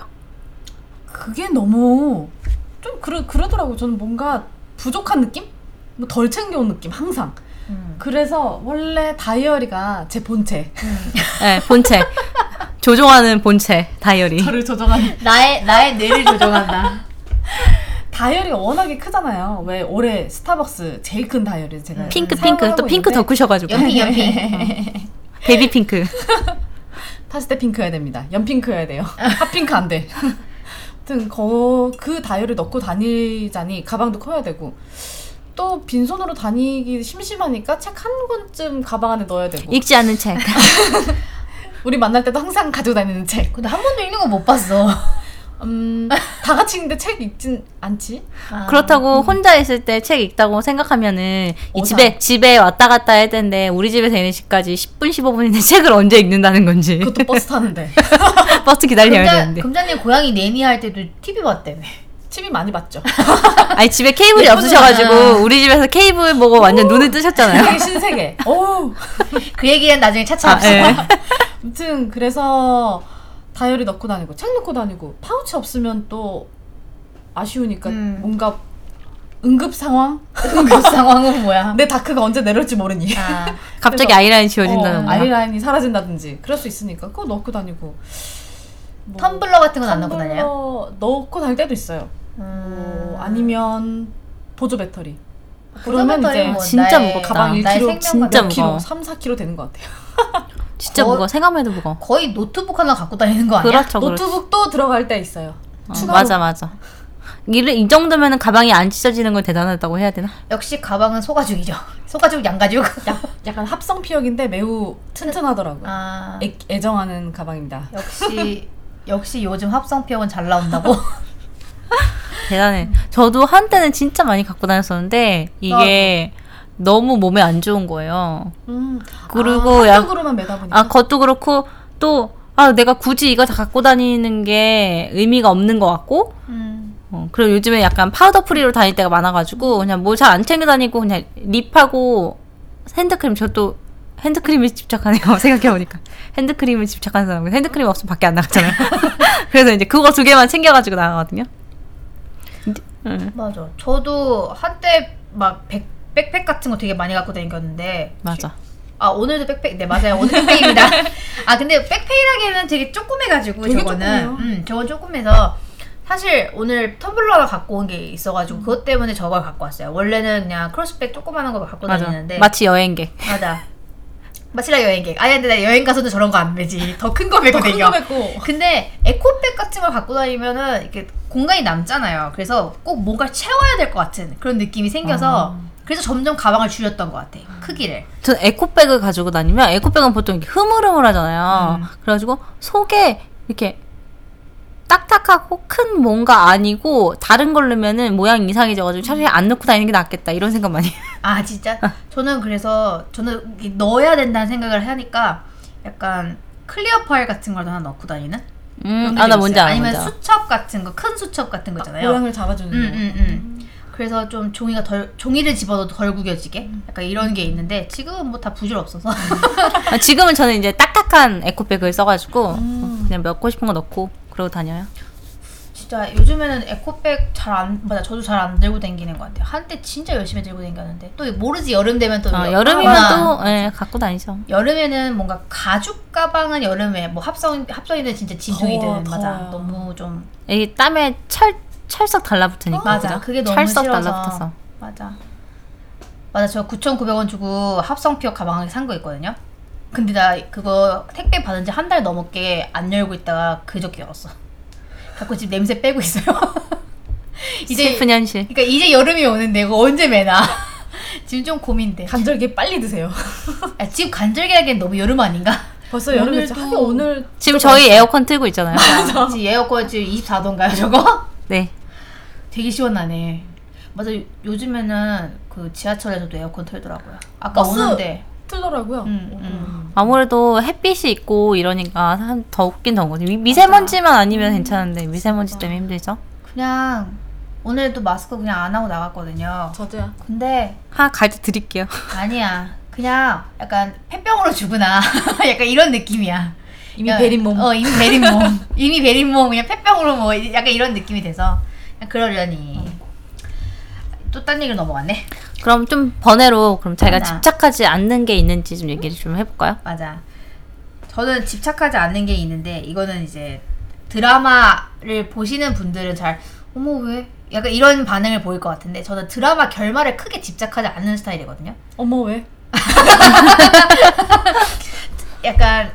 [SPEAKER 3] 그게 너무 좀 그러, 그러더라고요. 저는 뭔가 부족한 느낌? 뭐 덜 챙겨온 느낌 항상.
[SPEAKER 1] 음.
[SPEAKER 3] 그래서 원래 다이어리가 제 본체.
[SPEAKER 2] 네, 본체. 조종하는 본체 다이어리.
[SPEAKER 3] 저를 조정하는.
[SPEAKER 1] 나의 나의 뇌를 조종한다.
[SPEAKER 3] 다이어리가 워낙에 크잖아요. 왜 올해 스타벅스 제일 큰 다이어리를 제가
[SPEAKER 2] 핑크
[SPEAKER 3] 사용을
[SPEAKER 2] 핑크
[SPEAKER 3] 하고
[SPEAKER 2] 또 핑크
[SPEAKER 3] 있는데
[SPEAKER 2] 덕후셔가지고
[SPEAKER 1] 연핑 연핑.
[SPEAKER 2] 베이비 핑크. 그-
[SPEAKER 3] 탔을 때 핑크여야 됩니다. 연핑크여야 돼요. 핫핑크 안 돼. 하여튼 거, 그 다이어리 넣고 다니자니 가방도 커야 되고 또 빈손으로 다니기 심심하니까 책 한 권쯤 가방 안에 넣어야 되고
[SPEAKER 2] 읽지 않은 책.
[SPEAKER 3] 아. 우리 만날 때도 항상 가지고 다니는 책.
[SPEAKER 1] 근데 한 번도 읽는 거 못 봤어.
[SPEAKER 3] 음, 다 같이 읽는데 책 읽진 않지?
[SPEAKER 1] 아.
[SPEAKER 2] 그렇다고 혼자 있을 때 책 읽다고 생각하면은 이
[SPEAKER 3] 오산.
[SPEAKER 2] 집에 집에 왔다 갔다 해야 되는데 우리 집에서 얘네 집까지 10분 15분인데 책을 언제 읽는다는 건지
[SPEAKER 3] 그것도 버스 타는데
[SPEAKER 2] 버스 기다려야
[SPEAKER 1] 금자,
[SPEAKER 2] 되는데.
[SPEAKER 1] 금자님 고양이 내니 할 때도 TV 봤대며.
[SPEAKER 3] TV 많이 봤죠.
[SPEAKER 2] 아니 집에 케이블이
[SPEAKER 1] 예쁘잖아.
[SPEAKER 2] 없으셔가지고 우리 집에서 케이블 보고 완전 눈을 뜨셨잖아요.
[SPEAKER 3] 신세계 신세계. 오
[SPEAKER 1] 그 얘기는 나중에 차차
[SPEAKER 2] 아,
[SPEAKER 1] 합시다.
[SPEAKER 2] 예.
[SPEAKER 3] 아무튼 그래서 다이어리 넣고 다니고 책 넣고 다니고 파우치 없으면 또 아쉬우니까
[SPEAKER 1] 음.
[SPEAKER 3] 뭔가 응급 상황
[SPEAKER 1] 그 상황은 뭐야?
[SPEAKER 3] 내 다크가 언제 내려올지
[SPEAKER 2] 네.
[SPEAKER 3] 모르니
[SPEAKER 1] 아,
[SPEAKER 2] 갑자기 아이라인 지워진다던가.
[SPEAKER 3] 어, 아이라인이 사라진다든지 그럴 수 있으니까 그거 넣고 다니고 뭐,
[SPEAKER 1] 텀블러 같은 건 안 넣고 다녀요?
[SPEAKER 3] 텀블러 넣고 다닐 때도 있어요
[SPEAKER 1] 음...
[SPEAKER 3] 뭐 아니면 보조 배터리
[SPEAKER 1] 그러면
[SPEAKER 3] 그러면 이제
[SPEAKER 1] 이제
[SPEAKER 2] 진짜
[SPEAKER 1] 나의,
[SPEAKER 2] 무겁다.
[SPEAKER 3] 가방 1kg
[SPEAKER 1] 나의 생명
[SPEAKER 2] 진짜
[SPEAKER 1] 같은 거.
[SPEAKER 2] 무거워.
[SPEAKER 3] 3, 4kg 되는 것 같아요 어?
[SPEAKER 2] 진짜
[SPEAKER 1] 거-
[SPEAKER 2] 무거워. 생각만 해도 무거워.
[SPEAKER 1] 네. 거의 노트북 하나 갖고 다니는 거 아니야?
[SPEAKER 2] 그렇죠, 그렇죠.
[SPEAKER 3] 노트북도 들어갈 때 있어요
[SPEAKER 2] 어,
[SPEAKER 3] 추가로.
[SPEAKER 2] 맞아, 맞아. 이, 이 정도면 가방이 안 찢어지는 걸 대단하다고 해야 되나?
[SPEAKER 1] 역시 가방은 소가죽이죠. 소가죽, 양가죽.
[SPEAKER 3] 약간 합성 피혁인데 매우 튼튼하더라고요
[SPEAKER 1] 아,
[SPEAKER 3] 애, 애정하는 가방입니다
[SPEAKER 1] 역시 역시 요즘 합성 피혁은 잘 나온다고.
[SPEAKER 2] 대단해. 저도 한때는 진짜 많이 갖고 다녔었는데 이게 너무 몸에 안 좋은 거예요.
[SPEAKER 3] 음,
[SPEAKER 2] 그리고
[SPEAKER 3] 아,
[SPEAKER 2] 약-
[SPEAKER 3] 한쪽으로만 매다 보니까
[SPEAKER 2] 아 그것도 그렇고 또 아, 내가 굳이 이거 다 갖고 다니는 게 의미가 없는 것 같고
[SPEAKER 1] 음.
[SPEAKER 2] 어, 그리고 요즘에 약간 파우더 프리로 다닐 때가 많아가지고 그냥 뭐 잘 안 챙겨 다니고 그냥 립하고 핸드크림 저도 핸드크림에 집착하네요 생각해보니까 핸드크림에 집착하는 사람은 핸드크림 없으면 밖에 안 나가잖아요 그래서 이제 그거 두 개만 챙겨가지고 나가거든요 근데, 응,
[SPEAKER 1] 맞아. 저도 한때 막 백, 백팩 같은 거 되게 많이 갖고 다녔는데
[SPEAKER 2] 맞아
[SPEAKER 1] 아 오늘도 백팩 네 맞아요 오늘 백팩입니다 아 근데 백팩이라기에는 되게 조그매가지고
[SPEAKER 3] 되게
[SPEAKER 1] 저거는
[SPEAKER 3] 조그매요.
[SPEAKER 1] 음 저건 조그매서 사실 오늘 텀블러를 갖고 온 게
[SPEAKER 3] 음.
[SPEAKER 1] 있어가지고 그것 때문에 저걸 갖고 왔어요 원래는 그냥 크로스백 조그만한 거 갖고
[SPEAKER 2] 맞아
[SPEAKER 1] 다니는데
[SPEAKER 2] 마치 여행객
[SPEAKER 1] 맞아 마치라 여행객 아니 근데 나 여행 가서도 저런 거 안 매지 더 큰 거 매고
[SPEAKER 3] 큰거
[SPEAKER 1] 다녀
[SPEAKER 3] 뱉고
[SPEAKER 1] 근데 에코백 같은 걸 갖고 다니면은 이렇게 공간이 남잖아요. 그래서 꼭 뭔가 채워야 될 것 같은 그런 느낌이 생겨서
[SPEAKER 2] 아.
[SPEAKER 1] 그래서 점점 가방을 줄였던 것 같아. 크기를.
[SPEAKER 2] 전 에코백을 가지고 다니면 에코백은 보통 이렇게 흐물흐물하잖아요.
[SPEAKER 1] 음.
[SPEAKER 2] 그래가지고 속에 이렇게 딱딱하고 큰 뭔가 아니고 다른 걸 넣으면은 모양이
[SPEAKER 1] 음.
[SPEAKER 2] 이상해져가지고 차라리 안 넣고 다니는 게 낫겠다 이런 생각 많이 해요.
[SPEAKER 1] 아 진짜? 저는 그래서 저는 이게 넣어야 된다는 생각을 하니까 약간 클리어 파일 같은 걸 하나 넣고 다니는? 그런
[SPEAKER 2] 음,
[SPEAKER 1] 게
[SPEAKER 2] 아 나
[SPEAKER 1] 있어요.
[SPEAKER 2] 뭔지 알아.
[SPEAKER 1] 아니면
[SPEAKER 2] 뭔지 알아.
[SPEAKER 1] 수첩 같은 거, 큰 수첩 같은 거 있잖아요.
[SPEAKER 3] 모양을 잡아주는
[SPEAKER 1] 음,
[SPEAKER 3] 거
[SPEAKER 1] 음, 음. 그래서 좀 종이가 덜 종이를 집어도 덜 구겨지게 약간 이런 게 있는데 지금은 뭐 다 부질없어서
[SPEAKER 2] 아, 지금은 저는 이제 딱딱한 에코백을 써가지고
[SPEAKER 3] 음.
[SPEAKER 2] 그냥 넣고 싶은 거 넣고 그러고 다녀요.
[SPEAKER 1] 진짜 요즘에는 에코백 잘 안 맞아 저도 잘 안 들고 다니는 것 같아요 한때 진짜 열심히 들고 다녔는데 또 모르지 여름 되면 또
[SPEAKER 2] 아,
[SPEAKER 1] 여-
[SPEAKER 2] 여름이면
[SPEAKER 1] 가방.
[SPEAKER 2] 또 예, 갖고 다니죠.
[SPEAKER 1] 여름에는 뭔가 가죽 가방은 여름에 뭐 합성 합성이든 진짜 진퉁이든
[SPEAKER 3] 더워,
[SPEAKER 1] 맞아
[SPEAKER 3] 더워요.
[SPEAKER 1] 너무 좀
[SPEAKER 2] 이 땀에 철 찰썩 달라붙으니까.
[SPEAKER 1] 맞아
[SPEAKER 2] 어, 그죠?
[SPEAKER 1] 그게 너무
[SPEAKER 2] 찰썩
[SPEAKER 1] 싫어서
[SPEAKER 2] 달라붙어서.
[SPEAKER 1] 맞아 맞아 저 9,900원 주고 합성 피어 가방 산 거 있거든요 근데 나 그거 택배 받은 지 한 달 넘었게 안 열고 있다가 그저께 열었어 갖고 지금 냄새 빼고 있어요 이제
[SPEAKER 2] 슬픈 현실.
[SPEAKER 1] 그러니까 이제 여름이 오는데 이거 언제 매나? 지금 좀 고민돼.
[SPEAKER 3] 간절기 빨리 드세요
[SPEAKER 1] 아, 지금 간절기하기엔 너무 여름 아닌가?
[SPEAKER 3] 벌써 여름에
[SPEAKER 1] 오늘도-
[SPEAKER 3] 하긴 오늘
[SPEAKER 2] 지금 저희 에어컨 틀고 있잖아요.
[SPEAKER 1] 지금 에어컨 지금 24도인가요 저거?
[SPEAKER 2] 네.
[SPEAKER 1] 되게 시원하네. 맞아 요- 요즘에는 그 지하철에서도 에어컨 틀더라고요. 아까
[SPEAKER 3] 버스.
[SPEAKER 1] 오는데.
[SPEAKER 3] 틀더라고요
[SPEAKER 1] 음, 음.
[SPEAKER 3] 음.
[SPEAKER 2] 아무래도 햇빛이 있고 이러니까 한- 더 웃긴 더 거지. 미- 미세먼지만 아니면 괜찮은데 미세먼지 때문에 힘들죠.
[SPEAKER 1] 그냥 오늘도 마스크 그냥 안 하고 나갔거든요.
[SPEAKER 3] 저도야
[SPEAKER 1] 근데
[SPEAKER 2] 하나 가이드 드릴게요.
[SPEAKER 1] 아니야. 그냥 약간 폐병으로 죽으나 약간 이런 느낌이야.
[SPEAKER 3] 이미
[SPEAKER 1] 그냥-
[SPEAKER 3] 베린 몸
[SPEAKER 1] 어, 이미 베린 몸. 이미 베린 몸. 그냥 폐병으로 뭐 약간 이런 느낌이 돼서 그냥 그러려니.
[SPEAKER 3] 어.
[SPEAKER 1] 또 딴 얘기로 넘어갔네.
[SPEAKER 2] 그럼 좀 번외로 그럼 자기가
[SPEAKER 1] 하나.
[SPEAKER 2] 집착하지 않는 게 있는지 좀 얘기를 좀 해볼까요?
[SPEAKER 1] 맞아. 저는 집착하지 않는 게 있는데 이거는 이제 드라마를 보시는 분들은 잘 어머 왜? 약간 이런 반응을 보일 것 같은데 저는 드라마 결말에 크게 집착하지 않는 스타일이거든요.
[SPEAKER 3] 어머 왜?
[SPEAKER 1] 약간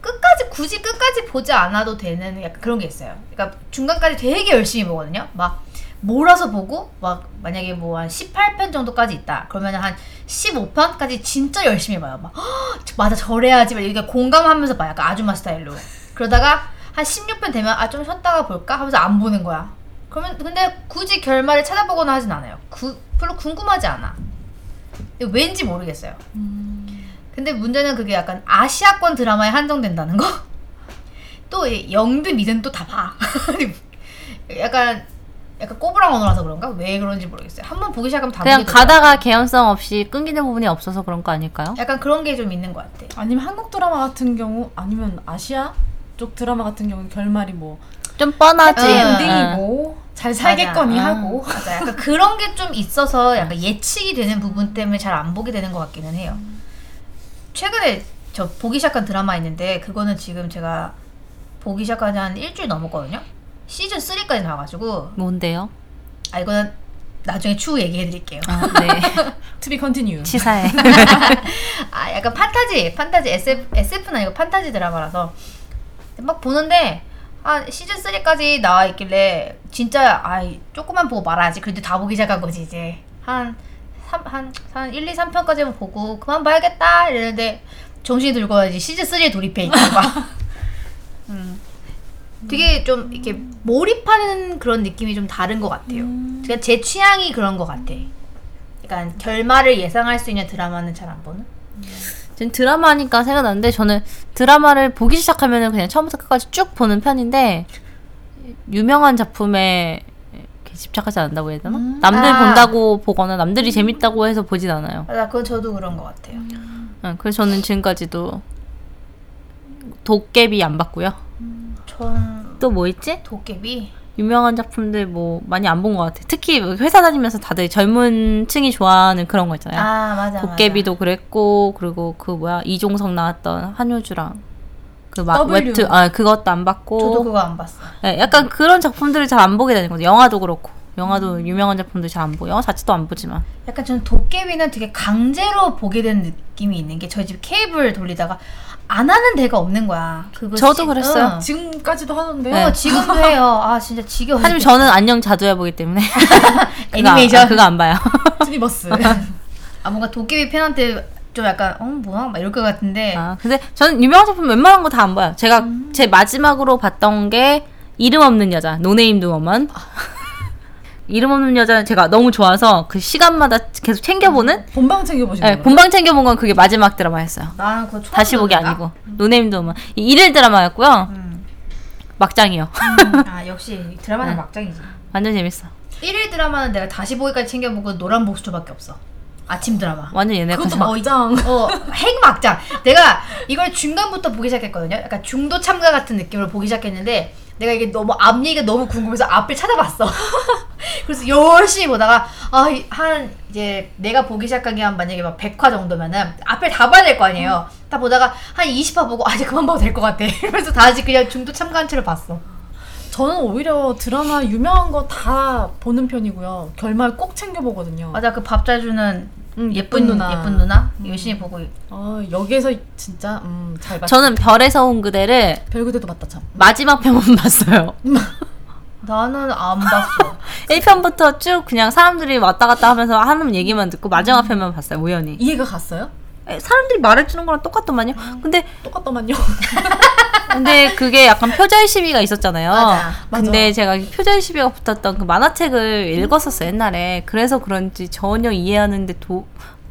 [SPEAKER 1] 끝까지 굳이 끝까지 보지 않아도 되는 약간 그런 게 있어요. 그러니까 중간까지 되게 열심히 보거든요. 막 몰아서 보고 막 만약에 뭐 한 18편 정도까지 있다. 그러면 한 15편까지 진짜 열심히 봐요. 막 "헉, 저- 맞아 저래야지 막 이렇게 공감하면서 봐요. 약간 아줌마 스타일로. 그러다가 한 16편 되면 아 좀 쉬었다가 볼까 하면서 안 보는 거야. 그러면 근데 굳이 결말을 찾아보거나 하진 않아요. 구, 별로 궁금하지 않아. 근데 왠지 모르겠어요. 근데 문제는 그게 약간 아시아권 드라마에 한정된다는 거? 또이 영드 미든 또 다 봐. 약간 약간 꼬부랑 언어라서 그런가? 왜 그런지 모르겠어요. 한번 보기 시작하면 다
[SPEAKER 2] 그냥
[SPEAKER 1] 보게 돼요.
[SPEAKER 2] 가다가 개연성 없이 끊기는 부분이 없어서 그런 거 아닐까요?
[SPEAKER 1] 약간 그런 게 좀 있는 것 같아.
[SPEAKER 3] 아니면 한국 드라마 같은 경우 아니면 아시아 쪽 드라마 같은 경우는 결말이 뭐
[SPEAKER 2] 좀
[SPEAKER 3] 아,
[SPEAKER 2] 뻔하지. 네.
[SPEAKER 1] 응.
[SPEAKER 3] 음, 엔딩이고 잘 살겠거니
[SPEAKER 1] 아, 맞아.
[SPEAKER 3] 하고
[SPEAKER 1] 응, 맞아. 약간 그런 게 좀 있어서 약간 예측이 되는 부분 때문에 잘 안 보게 되는 것 같기는 해요. 최근에 저 보기 시작한 드라마 있는데 그거는 지금 제가 보기 시작한 지 한 일주일 넘었거든요. 시즌 3까지 나와가지고
[SPEAKER 2] 뭔데요?
[SPEAKER 1] 아 이거는 나중에 추후 얘기해드릴게요.
[SPEAKER 2] 아, 네.
[SPEAKER 3] to be continue.
[SPEAKER 2] 치사해.
[SPEAKER 1] 아 약간 판타지 판타지 SF SF는 아니고 판타지 드라마라서 막 보는데 아 시즌 3까지 나와 있길래 진짜 아 조금만 보고 말아야지 그래도 다 보기 시작한 거지 이제 한 삼 한 한 1, 2, 3편까지만 보고 그만 봐야겠다 이랬는데 정신이 들고 와야지 시즌 3에 돌입해 있고 막 음. 되게 좀 이렇게 몰입하는 그런 느낌이 좀 다른 것 같아요 그러니까 제 취향이 그런 것 같아 약간 결말을 예상할 수 있는 드라마는 잘 안 보는
[SPEAKER 2] 지금 드라마니까 생각나는데 저는 드라마를 보기 시작하면은 그냥 처음부터 끝까지 쭉 보는 편인데 유명한 작품에 이렇게 집착하지 않는다고 해야 되나?
[SPEAKER 3] 음.
[SPEAKER 2] 남들
[SPEAKER 1] 아.
[SPEAKER 2] 본다고 보거나 남들이 재밌다고 해서 보진 않아요.
[SPEAKER 1] 아, 나 그건 저도 그런 것 같아요.
[SPEAKER 2] 응, 그래서 저는 지금까지도 도깨비 안 봤고요.
[SPEAKER 1] 전
[SPEAKER 2] 또 뭐 있지?
[SPEAKER 1] 도깨비.
[SPEAKER 2] 유명한 작품들 뭐 많이 안 본 것 같아. 요 특히 뭐 회사 다니면서 다들 젊은 층이 좋아하는 그런 거 있잖아요.
[SPEAKER 1] 아 맞아.
[SPEAKER 2] 네. 도깨비도 그랬고 그리고 그 뭐야 이종석 나왔던 한효주랑 그 막
[SPEAKER 3] W.
[SPEAKER 2] 웹툰 아 그것도 안 봤고
[SPEAKER 1] 맞아. 저도 그거 안 봤어.
[SPEAKER 2] 네, 약간 그런 작품들을 잘 안 보게 되는 거죠 영화도 그렇고
[SPEAKER 1] 음.
[SPEAKER 2] 영화도 유명한 작품들 잘 안 보고 영화 자체도 안 보지만
[SPEAKER 1] 약간 저는 도깨비는 되게 강제로 보게 된 느낌이 있는 게 저희 집 케이블 돌리다가 안 하는 데가 없는 거야. 그거
[SPEAKER 2] 저도
[SPEAKER 1] 시-
[SPEAKER 2] 그랬어요. 네.
[SPEAKER 1] 응.
[SPEAKER 3] 지금까지도 하던데요.
[SPEAKER 1] 어, 지금도 해요. 아 진짜 지겨워.
[SPEAKER 2] 하지만 저는 안녕 자두야 보기 때문에 그거 안-
[SPEAKER 1] 애니메이션.
[SPEAKER 2] 아, 그거 안 봐요
[SPEAKER 3] 투니버스.
[SPEAKER 1] 아 뭔가 도깨비 팬한테 좀 약간 어 뭐야 막 이럴 것 같은데.
[SPEAKER 2] 아, 근데 저는 유명한 작품 웬만한 거 다 안 봐요 제가
[SPEAKER 1] 음.
[SPEAKER 2] 제 마지막으로 봤던 게 이름 없는 여자 노네임 두어먼 이름 없는 여자는 제가 너무 좋아서 그 시간마다
[SPEAKER 1] 음.
[SPEAKER 2] 계속 챙겨보는
[SPEAKER 3] 본방 챙겨보시는
[SPEAKER 2] 네,
[SPEAKER 3] 거예요?
[SPEAKER 2] 본방 챙겨본 건 그게 마지막 드라마였어요.
[SPEAKER 1] 나는 그거 처음
[SPEAKER 2] 다시 보기
[SPEAKER 1] 듣는다?
[SPEAKER 2] 아니고 노네임도 엄마 일일 드라마였고요.
[SPEAKER 1] 음.
[SPEAKER 2] 막장이요.
[SPEAKER 1] 음, 아 역시
[SPEAKER 2] 네.
[SPEAKER 1] 드라마는 막장이지.
[SPEAKER 2] 완전 재밌어.
[SPEAKER 1] 1일 드라마는 내가 다시 보기까지 챙겨보고 노란 보수초밖에 없어. 아침 드라마.
[SPEAKER 2] 완전 얘네
[SPEAKER 3] 그것도
[SPEAKER 2] 같아.
[SPEAKER 3] 막장.
[SPEAKER 1] 어, 핵막장. 내가 이걸 중간부터 보기 시작했거든요. 약간 중도 참가 같은 느낌으로 보기 시작했는데 내가 이게 너무 앞 얘기가 너무 궁금해서 앞을 찾아봤어. 그래서 열심히 보다가 아, 이- 한 이제 내가 보기 시작한 게 한 만약에 막 100화 정도면은 앞을 다 봐야 될 거 아니에요. 다 보다가 한 20화 보고 아, 이제 그만 봐도 될 것 같아. 이러면서 다시 그냥 중도 참가한 채로 봤어.
[SPEAKER 3] 저는 오히려 드라마 유명한 거 다 보는 편이고요. 결말 꼭 챙겨보거든요.
[SPEAKER 1] 맞아. 그 밥 잘 주는
[SPEAKER 3] 음,
[SPEAKER 1] 예쁜 누나. 음. 예쁜 누나? 열심히 보고
[SPEAKER 3] 어, 여기에서 진짜 음, 잘 봤.
[SPEAKER 2] 저는 별에서 온 그대를
[SPEAKER 3] 별그대도 봤다 참.
[SPEAKER 2] 마지막 편만 봤어요.
[SPEAKER 1] 나는 안 봤어.
[SPEAKER 2] 1편부터 쭉 그냥 사람들이 왔다 갔다 하면서 하는 얘기만 듣고 마지막 편만 봤어요. 우연히.
[SPEAKER 3] 이해가 갔어요?
[SPEAKER 2] 에, 사람들이 말해주는 거랑 똑같더만요. 근데
[SPEAKER 3] 똑같더만요.
[SPEAKER 2] 근데 그게 약간 표절 시비가 있었잖아요.
[SPEAKER 1] 맞아,
[SPEAKER 3] 맞아.
[SPEAKER 2] 근데 제가 표절 시비가 붙었던 그 만화책을 읽었었어요 옛날에. 그래서 그런지 전혀 이해하는데 도,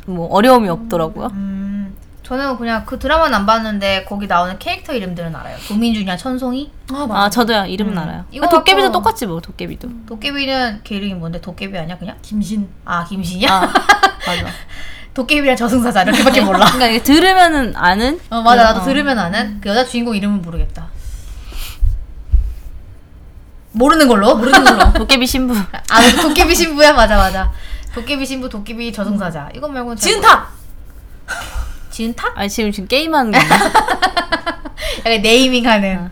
[SPEAKER 2] 뭐 어려움이 없더라고요.
[SPEAKER 1] 음, 저는 그냥 그 드라마는 안 봤는데 거기 나오는 캐릭터 이름들은 알아요. 도민준이랑 천송이.
[SPEAKER 3] 아 맞아.
[SPEAKER 2] 아 저도요 이름은 알아요.
[SPEAKER 1] 음. 이거
[SPEAKER 2] 아, 도깨비도
[SPEAKER 1] 갖고-
[SPEAKER 2] 똑같지 뭐 도깨비도.
[SPEAKER 1] 도깨비는 걔 이름이 뭔데? 도깨비 아니야 그냥?
[SPEAKER 3] 김신.
[SPEAKER 1] 아 김신이야?
[SPEAKER 2] 아 맞아.
[SPEAKER 1] 도깨비랑 저승사자 이렇게밖에 몰라.
[SPEAKER 2] 그러니까 이게 들으면은 아는.
[SPEAKER 1] 어 맞아 나도
[SPEAKER 2] 어.
[SPEAKER 1] 들으면 아는 그 여자 주인공 이름은 모르겠다. 모르는 걸로? 어, 모르는 걸로.
[SPEAKER 2] 도깨비 신부.
[SPEAKER 1] 아 도깨비 신부야 맞아 맞아. 도깨비 신부 도깨비 저승사자 이거 말고는 잘
[SPEAKER 3] 진탑.
[SPEAKER 1] 모르- 진탁?
[SPEAKER 2] 아 지금 지금 게임하는 거야.
[SPEAKER 1] 약간 네이밍하는.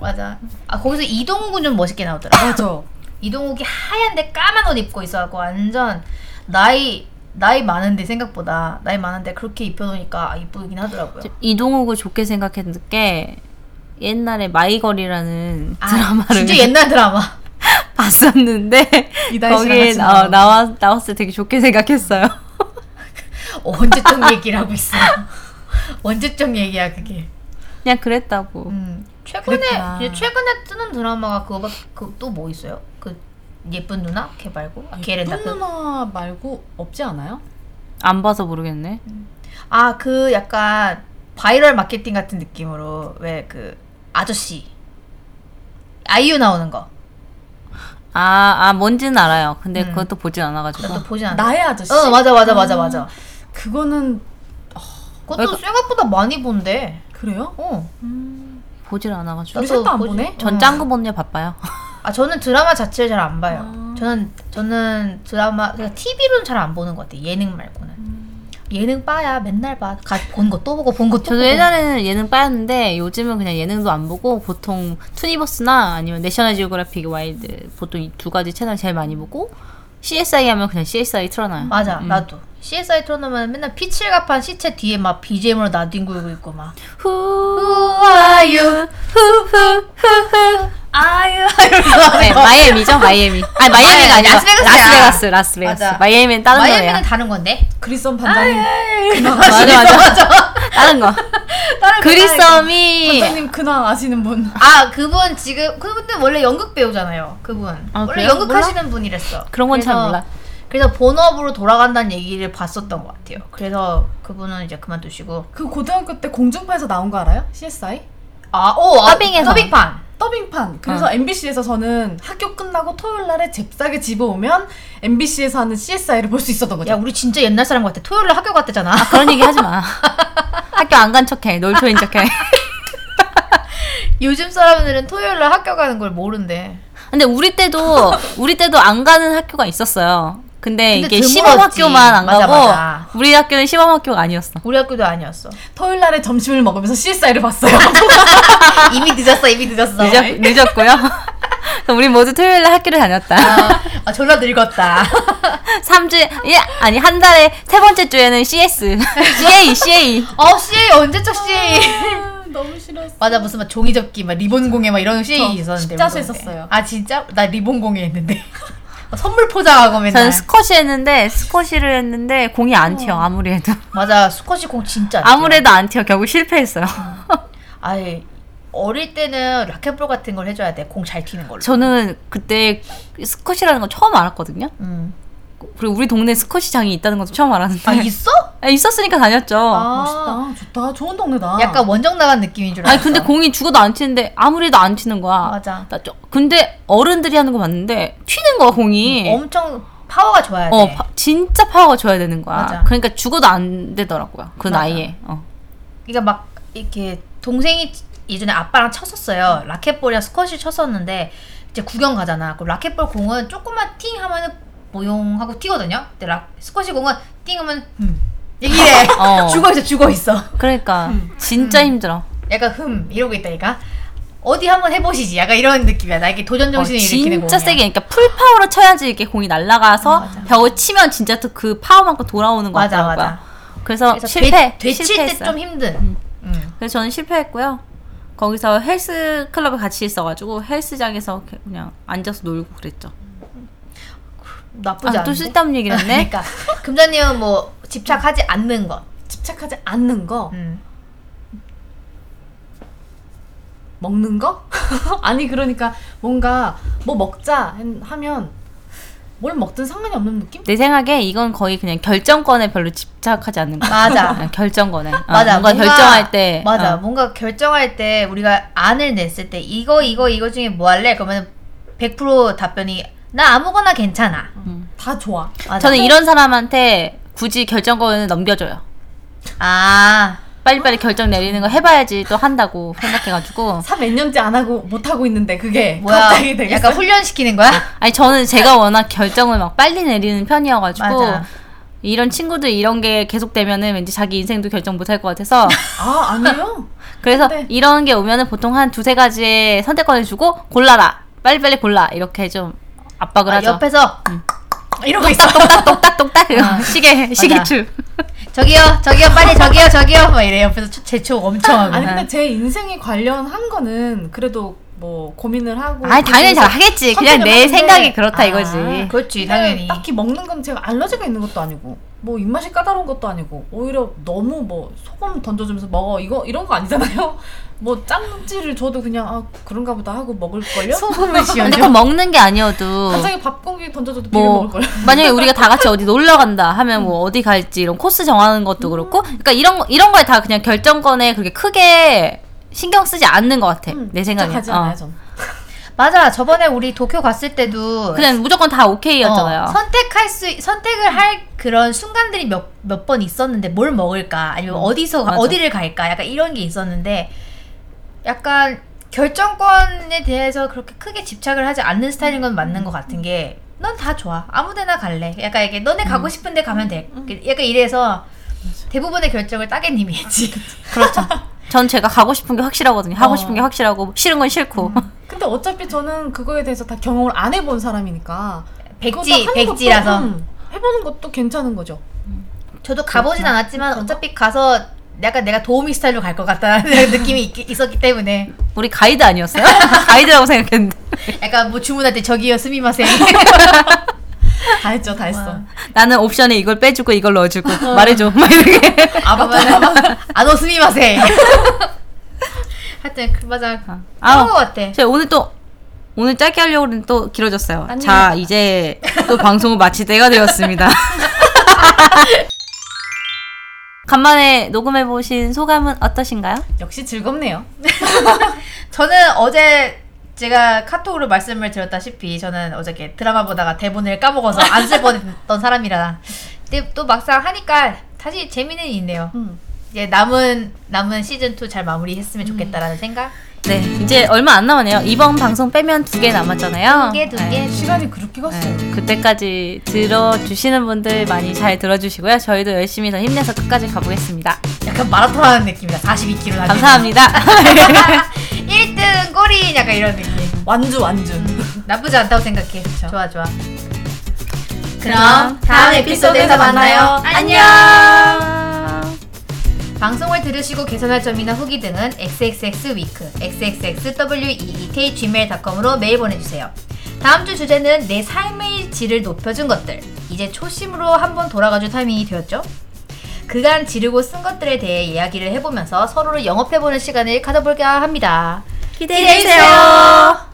[SPEAKER 1] 맞아. 아 거기서 이동욱은 좀 멋있게 나오더라.
[SPEAKER 3] 맞아.
[SPEAKER 1] 이동욱이 하얀데 까만 옷 입고 있어갖고 완전 나이 나이 많은데 생각보다 나이 많은데 그렇게 입혀놓으니까 아, 이쁘긴 하더라고요.
[SPEAKER 2] 이동욱을 좋게 생각했는 게 옛날에 마이걸이라는
[SPEAKER 1] 아,
[SPEAKER 2] 드라마를
[SPEAKER 1] 진짜 옛날 드라마.
[SPEAKER 2] 봤었는데
[SPEAKER 3] 이다희 씨랑
[SPEAKER 2] 거기에
[SPEAKER 3] 같이
[SPEAKER 2] 나,
[SPEAKER 3] 나온.
[SPEAKER 2] 나와, 나왔을 때 되게 좋게 생각했어요.
[SPEAKER 1] 언제적 얘기를 하고 있어. 언제적 얘기야 그게.
[SPEAKER 2] 그냥 그랬다고.
[SPEAKER 1] 음, 최근에
[SPEAKER 3] 그랬구나.
[SPEAKER 1] 이제 최근에 뜨는 드라마가 그거 그또 뭐 있어요? 그 예쁜 누나 걔 말고 아, 걔를
[SPEAKER 3] 예쁜 누나 말고 없지 않아요?
[SPEAKER 2] 안 봐서 모르겠네.
[SPEAKER 1] 아그 약간 바이럴 마케팅 같은 느낌으로 왜 그 아저씨 아이유 나오는 거.
[SPEAKER 2] 아, 아, 뭔지는 알아요.
[SPEAKER 1] 음.
[SPEAKER 2] 근데 그것도 보진 않아가지고.
[SPEAKER 1] 나도 보지 않아.
[SPEAKER 3] 나의 아저씨.
[SPEAKER 1] 어 맞아 맞아 맞아 맞아.
[SPEAKER 3] 그거는
[SPEAKER 1] 그것도
[SPEAKER 2] 그러니까-
[SPEAKER 1] 생각보다 많이 본대.
[SPEAKER 3] 그래요?
[SPEAKER 1] 어.
[SPEAKER 2] 보질 않아가지고.
[SPEAKER 3] 우리
[SPEAKER 1] 나도
[SPEAKER 3] 셋다 안
[SPEAKER 1] 보지.
[SPEAKER 3] 보네.
[SPEAKER 2] 전
[SPEAKER 1] 어.
[SPEAKER 2] 짱구 보느라 바빠요.
[SPEAKER 1] 아 저는 드라마 자체를 잘 안 봐요.
[SPEAKER 3] 아.
[SPEAKER 1] 저는 저는 드라마 그러니까 TV로는 잘 안 보는 것 같아. 예능 말고는. 예능 빠야 맨날 봐. 본거또 보고 본 거또
[SPEAKER 2] 음. 저도
[SPEAKER 1] 보고.
[SPEAKER 2] 예전에는 예능 빠였는데 요즘은 그냥 예능도 안 보고 보통 투니버스나 아니면 내셔널 지오그래픽 와일드 보통 이 두 가지 채널 제일 많이 보고 CSI 하면 그냥 CSI 틀어놔요.
[SPEAKER 1] 맞아
[SPEAKER 2] 음.
[SPEAKER 1] 나도 CSI 틀어놓으면 맨날 피칠갑한 시체 뒤에 막 BGM으로 나뒹굴고 있고 막
[SPEAKER 2] Who
[SPEAKER 1] Who are you?
[SPEAKER 2] who who
[SPEAKER 1] Are you?
[SPEAKER 2] 네, 마이애미죠 마이애미. 아니 마이애미가
[SPEAKER 1] 아,
[SPEAKER 2] 아니라
[SPEAKER 1] 라스베가스야.
[SPEAKER 2] 라스베가스 라스베가스.
[SPEAKER 1] 맞아.
[SPEAKER 2] 마이애미는 다른
[SPEAKER 1] 마이애미는
[SPEAKER 2] 거예요.
[SPEAKER 1] 다른 건데
[SPEAKER 3] 그리썸 반장님.
[SPEAKER 1] 아,
[SPEAKER 2] 맞아 맞아 다른 거.
[SPEAKER 1] 예.
[SPEAKER 2] 그리썸이
[SPEAKER 3] 반장님 근황 아시는 분.
[SPEAKER 1] 아 그분 지금 그 근데 원래 연극 배우잖아요 그분
[SPEAKER 2] 아,
[SPEAKER 1] 원래
[SPEAKER 2] 그래요?
[SPEAKER 1] 연극하시는 분이랬어
[SPEAKER 2] 그런 건잘
[SPEAKER 1] 그래서-
[SPEAKER 2] 몰라.
[SPEAKER 1] 그래서 본업으로 돌아간다는 얘기를 봤었던 것 같아요 그래서 그분은 이제 그만두시고
[SPEAKER 3] 그 고등학교 때 공중파에서 나온 거 알아요? CSI?
[SPEAKER 1] 아오 아,
[SPEAKER 2] 더빙에서.
[SPEAKER 1] 더빙판
[SPEAKER 3] 더빙판. 그래서
[SPEAKER 2] 어.
[SPEAKER 3] MBC에서 저는 학교 끝나고 토요일 날에 잽싸게 집에 오면 MBC에서 하는 CSI를 볼 수 있었던 거죠.
[SPEAKER 1] 야 우리 진짜 옛날 사람 같아 토요일 날 학교 갔대잖아
[SPEAKER 2] 그런 얘기 하지 마. 학교 안 간 척해. 놀토인 척해.
[SPEAKER 1] 요즘 사람들은 토요일 날 학교 가는 걸 모른대
[SPEAKER 2] 근데 우리 때도 우리 때도 안 가는 학교가 있었어요. 근데,
[SPEAKER 1] 근데
[SPEAKER 2] 이게
[SPEAKER 1] 드물었지.
[SPEAKER 2] 시범 학교만 안
[SPEAKER 1] 맞아,
[SPEAKER 2] 가고
[SPEAKER 1] 맞아.
[SPEAKER 2] 우리 학교는 시범 학교가 아니었어.
[SPEAKER 1] 우리 학교도 아니었어
[SPEAKER 3] 토요일 날에 점심을 먹으면서 CSI를 봤어요.
[SPEAKER 1] 이미 늦었어 이미 늦었어
[SPEAKER 2] 늦었, 늦었고요. 그럼 우리 모두 토요일 날 학교를 다녔다.
[SPEAKER 1] 아, 아 졸라 늙었다
[SPEAKER 2] 3주에 예, 아니 한 달에 세 번째 주에는 CS. CA CA.
[SPEAKER 1] 어 CA 언제적 CA
[SPEAKER 3] 너무 싫었어.
[SPEAKER 1] 맞아 무슨 막 종이 접기 막 리본 공예 막 이런
[SPEAKER 3] 저
[SPEAKER 1] CA 있었는데
[SPEAKER 3] 십자수
[SPEAKER 1] 무거운데.
[SPEAKER 3] 했었어요.
[SPEAKER 1] 아 진짜? 나 리본 공예 했는데 선물 포장하고 맨날
[SPEAKER 2] 저는 스쿼시 했는데 스쿼시를 했는데 공이 안 네. 튀어 아무리 해도
[SPEAKER 1] 맞아 스쿼시 공 진짜 안
[SPEAKER 2] 아무래도 안 튀어 결국 실패했어요.
[SPEAKER 1] 돼요. 아예 어릴 때는 라켓볼 같은 걸 해줘야 돼 공 잘 튀는 걸로
[SPEAKER 2] 저는 그때 스쿼시라는 건 처음 알았거든요.
[SPEAKER 1] 음.
[SPEAKER 2] 그리고 우리 동네 스쿼시장이 있다는 것도 처음 알았는데
[SPEAKER 1] 아 있어?
[SPEAKER 2] 아, 있었으니까 다녔죠.
[SPEAKER 1] 아.
[SPEAKER 3] 멋있다. 좋다. 좋은 동네다.
[SPEAKER 1] 약간 원정 나간 느낌인 줄 알았어
[SPEAKER 2] 아니 근데 공이 죽어도 안 치는데 아무래도 안 치는 거야.
[SPEAKER 1] 맞아
[SPEAKER 2] 나 저, 근데 어른들이 하는 거 봤는데 튀는 거야 공이.
[SPEAKER 1] 엄청 파워가 좋아야 돼
[SPEAKER 2] 어 파- 진짜 파워가 줘야 되는 거야.
[SPEAKER 1] 맞아.
[SPEAKER 2] 그러니까 죽어도 안 되더라고요. 그
[SPEAKER 1] 맞아.
[SPEAKER 2] 나이에. 어.
[SPEAKER 1] 그러니까 막 이렇게 동생이 예전에 아빠랑 쳤었어요. 라켓볼이랑 스쿼시 쳤었는데 이제 구경 가잖아. 그 라켓볼 공은 조금만 팅 하면은 모용 하고 튀거든요. 근데 라, 스쿼시 공은 띵 하면 흠 이래
[SPEAKER 2] 어.
[SPEAKER 1] 죽어 있어 죽어 있어.
[SPEAKER 2] 그러니까 진짜 힘들어.
[SPEAKER 1] 약간 흠 이러고 있다니까. 어디 한번 해보시지. 약간 이런 느낌이야. 나 이게 도전
[SPEAKER 2] 어,
[SPEAKER 1] 정신을 일으키는 공이야.
[SPEAKER 2] 진짜 세게. 그러니까 풀 파워로 쳐야지 이게 공이 날아가서
[SPEAKER 1] 어, 맞아.
[SPEAKER 2] 벽을 치면 진짜 또 그 파워만큼 돌아오는 거
[SPEAKER 1] 맞아
[SPEAKER 2] 같더라고요.
[SPEAKER 1] 맞아.
[SPEAKER 2] 그래서,
[SPEAKER 1] 그래서
[SPEAKER 2] 실패.
[SPEAKER 1] 되, 되칠 때
[SPEAKER 2] 실패했어요.
[SPEAKER 1] 좀 힘든. 음.
[SPEAKER 2] 그래서 저는 실패했고요. 거기서 헬스 클럽에 같이 있어가지고 헬스장에서 그냥 앉아서 놀고 그랬죠.
[SPEAKER 1] 나쁘지
[SPEAKER 2] 아,
[SPEAKER 1] 않은데.
[SPEAKER 2] 또 쓸데없는 얘기를 했네.
[SPEAKER 1] 그러니까 금자님은 뭐 집착하지 않는 것.
[SPEAKER 3] 집착하지 않는 거,
[SPEAKER 1] 음.
[SPEAKER 3] 먹는 거? 아니 그러니까 뭔가 뭐 먹자 한- 하면 뭘 먹든 상관이 없는 느낌?
[SPEAKER 2] 내 생각에 이건 거의 그냥 결정권에 별로 집착하지 않는 거야.
[SPEAKER 1] 맞아.
[SPEAKER 2] 그냥 결정권에. 어,
[SPEAKER 1] 맞아.
[SPEAKER 2] 뭔가, 결정할 때.
[SPEAKER 1] 맞아.
[SPEAKER 2] 어.
[SPEAKER 1] 뭔가 결정할 때 우리가 안을 냈을 때 이거 이거 이거 중에 뭐 할래? 그러면 100% 답변이 나 아무거나 괜찮아.
[SPEAKER 3] 다 좋아.
[SPEAKER 1] 맞아.
[SPEAKER 2] 음. 저는 이런 사람한테 굳이 결정권을 넘겨줘요.
[SPEAKER 1] 아
[SPEAKER 2] 빨리빨리 결정 내리는 거 해봐야지 또 한다고 생각해가지고.
[SPEAKER 3] 4 몇 년째 안 하고 못 하고 있는데 그게
[SPEAKER 1] 뭐야?
[SPEAKER 3] 갑자기 되겠어?
[SPEAKER 1] 약간 훈련시키는 거야?
[SPEAKER 2] 아니, 저는 제가 워낙 결정을 막 빨리 내리는 편이어가지고.
[SPEAKER 1] 맞아.
[SPEAKER 2] 이런 친구들 이런 게 계속되면은 왠지 자기 인생도 결정 못 할 것 같아서
[SPEAKER 3] 아 아니에요.
[SPEAKER 2] 그래서
[SPEAKER 3] 네.
[SPEAKER 2] 이런 게 오면은 보통 한 두세 가지의 선택권을 주고 골라라 빨리빨리 골라 이렇게 좀 압박을
[SPEAKER 1] 아,
[SPEAKER 2] 하죠
[SPEAKER 1] 옆에서 이러고 있어.
[SPEAKER 2] 똑딱 똑딱 똑딱
[SPEAKER 1] 아.
[SPEAKER 2] 시계 시계추
[SPEAKER 1] 저기요, 저기요, 빨리 저기요, 저기요. 막 이래 옆에서 초- 제초 엄청 하고.
[SPEAKER 3] 아니 근데 제 인생에 관련한 거는 그래도 뭐 고민을 하고.
[SPEAKER 2] 아 당연히 잘 하겠지 그냥
[SPEAKER 3] 선택을
[SPEAKER 2] 내
[SPEAKER 3] 하는데-
[SPEAKER 2] 생각이 그렇다
[SPEAKER 3] 아,
[SPEAKER 2] 이거지
[SPEAKER 1] 그렇지,
[SPEAKER 3] 근데
[SPEAKER 1] 당연히.
[SPEAKER 3] 딱히 먹는 건 제가 알러지가 있는 것도 아니고 뭐 입맛이 까다로운 것도 아니고 오히려 너무 뭐 소금 던져주면서 먹어 이거 이런 거 아니잖아요. 뭐 짬찌를 줘도 그냥 아 그런가 보다 하고 먹을 걸요.
[SPEAKER 1] 소금을
[SPEAKER 2] 근데
[SPEAKER 1] 씌얹어.
[SPEAKER 2] 그건 먹는 게 아니어도
[SPEAKER 3] 갑자기 밥고기 던져줘도 비벼
[SPEAKER 2] 뭐
[SPEAKER 3] 먹을 걸요.
[SPEAKER 2] 만약에 우리가 다 같이 어디 놀러 간다 하면 뭐 어디 갈지 이런 코스 정하는 것도 그렇고 그러니까 이런 거- 이런 거에 다 그냥 결정권에 그렇게 크게 신경 쓰지 않는 것 같아 내 생각에
[SPEAKER 3] 하지 음, 않아요
[SPEAKER 2] 어.
[SPEAKER 3] 전.
[SPEAKER 1] 맞아. 저번에 우리 도쿄 갔을 때도
[SPEAKER 2] 그냥 무조건 다 오케이였잖아요.
[SPEAKER 1] 어, 선택할 수 선택을 할 그런 순간들이 몇 몇 번 있었는데 뭘 먹을까 아니면 어디서 가-
[SPEAKER 2] 음, 맞아.
[SPEAKER 1] 어디를 갈까 약간 이런 게 있었는데 약간 결정권에 대해서 그렇게 크게 집착을 하지 않는 스타일인 건 맞는 것 같은 게 넌 다 좋아 아무데나 갈래 약간 이게 너네
[SPEAKER 2] 음.
[SPEAKER 1] 가고 싶은데 가면 돼 약간 이래서 대부분의 결정을 따개님이 했지
[SPEAKER 2] 그렇죠. 전 제가 가고 싶은 게 확실하거든요. 하고
[SPEAKER 1] 어.
[SPEAKER 2] 싶은 게 확실하고 싫은 건 싫고.
[SPEAKER 3] 근데 어차피 저는 그거에 대해서 다 경험을 안 해본 사람이니까
[SPEAKER 1] 백지
[SPEAKER 3] 그것도 하는
[SPEAKER 1] 백지라서
[SPEAKER 3] 것도, 음, 해보는 것도 괜찮은 거죠.
[SPEAKER 1] 저도 가보진
[SPEAKER 2] 그렇죠.
[SPEAKER 1] 않았지만 어차피 가서 약간 내가 도우미 스타일로 갈 것 같다는 느낌이 있- 있었기 때문에
[SPEAKER 2] 우리 가이드 아니었어요? 가이드라고 생각했는데.
[SPEAKER 1] 약간 뭐 주문할 때 저기요 스미마셍
[SPEAKER 3] 다 했죠, 다 했어.
[SPEAKER 1] 와.
[SPEAKER 2] 나는 옵션에 이걸 빼주고 이걸 넣어주고 말해줘. 막 이렇게.
[SPEAKER 1] 아바바나 아노 스미마셍 하여튼 그 맞아 그런
[SPEAKER 2] 아우.
[SPEAKER 1] 거 같아
[SPEAKER 2] 제가 오늘 또 오늘 짧게 하려고 했는데 또 길어졌어요.
[SPEAKER 1] 아니요.
[SPEAKER 2] 자 이제 또 방송을 마칠 때가 되었습니다. 간만에 녹음해 보신 소감은 어떠신가요?
[SPEAKER 3] 역시 즐겁네요.
[SPEAKER 1] 저는 어제 제가 카톡으로 말씀을 드렸다시피 저는 어저께 드라마 보다가 대본을 까먹어서 안 쓸 뻔했던 사람이라 근데 또 막상 하니까 다시 재미는 있네요
[SPEAKER 3] 음.
[SPEAKER 1] 이제 남은 남은 시즌 2 잘 마무리했으면 좋겠다라는 생각
[SPEAKER 2] 네 이제 얼마 안 남았네요. 이번 방송 빼면 두 개 남았잖아요.
[SPEAKER 1] 두 개, 두 개.
[SPEAKER 3] 시간이 그렇게 갔어요.
[SPEAKER 2] 네, 그때까지 들어주시는 분들 많이 잘 들어주시고요. 저희도 열심히 더 힘내서 끝까지 가보겠습니다.
[SPEAKER 1] 약간 마라톤 하는 느낌이다 42km
[SPEAKER 2] 감사합니다.
[SPEAKER 1] 1등 꼬리 약간 이런 느낌
[SPEAKER 3] 완주, 완주.
[SPEAKER 1] 나쁘지 않다고 생각해. 좋아, 좋아.
[SPEAKER 2] 그럼
[SPEAKER 3] 다음 에피소드에서 만나요.
[SPEAKER 2] 안녕.
[SPEAKER 1] 방송을 들으시고 개선할 점이나 후기 등은 xxxweek, xxxweekgmail.com으로 메일 보내주세요. 다음 주 주제는 내 삶의 질을 높여준 것들. 이제 초심으로 한번 돌아가줄 타이밍이 되었죠? 그간 지르고 쓴 것들에 대해 이야기를 해보면서 서로를 영업해보는 시간을 가져볼까 합니다.
[SPEAKER 2] 기대해주세요.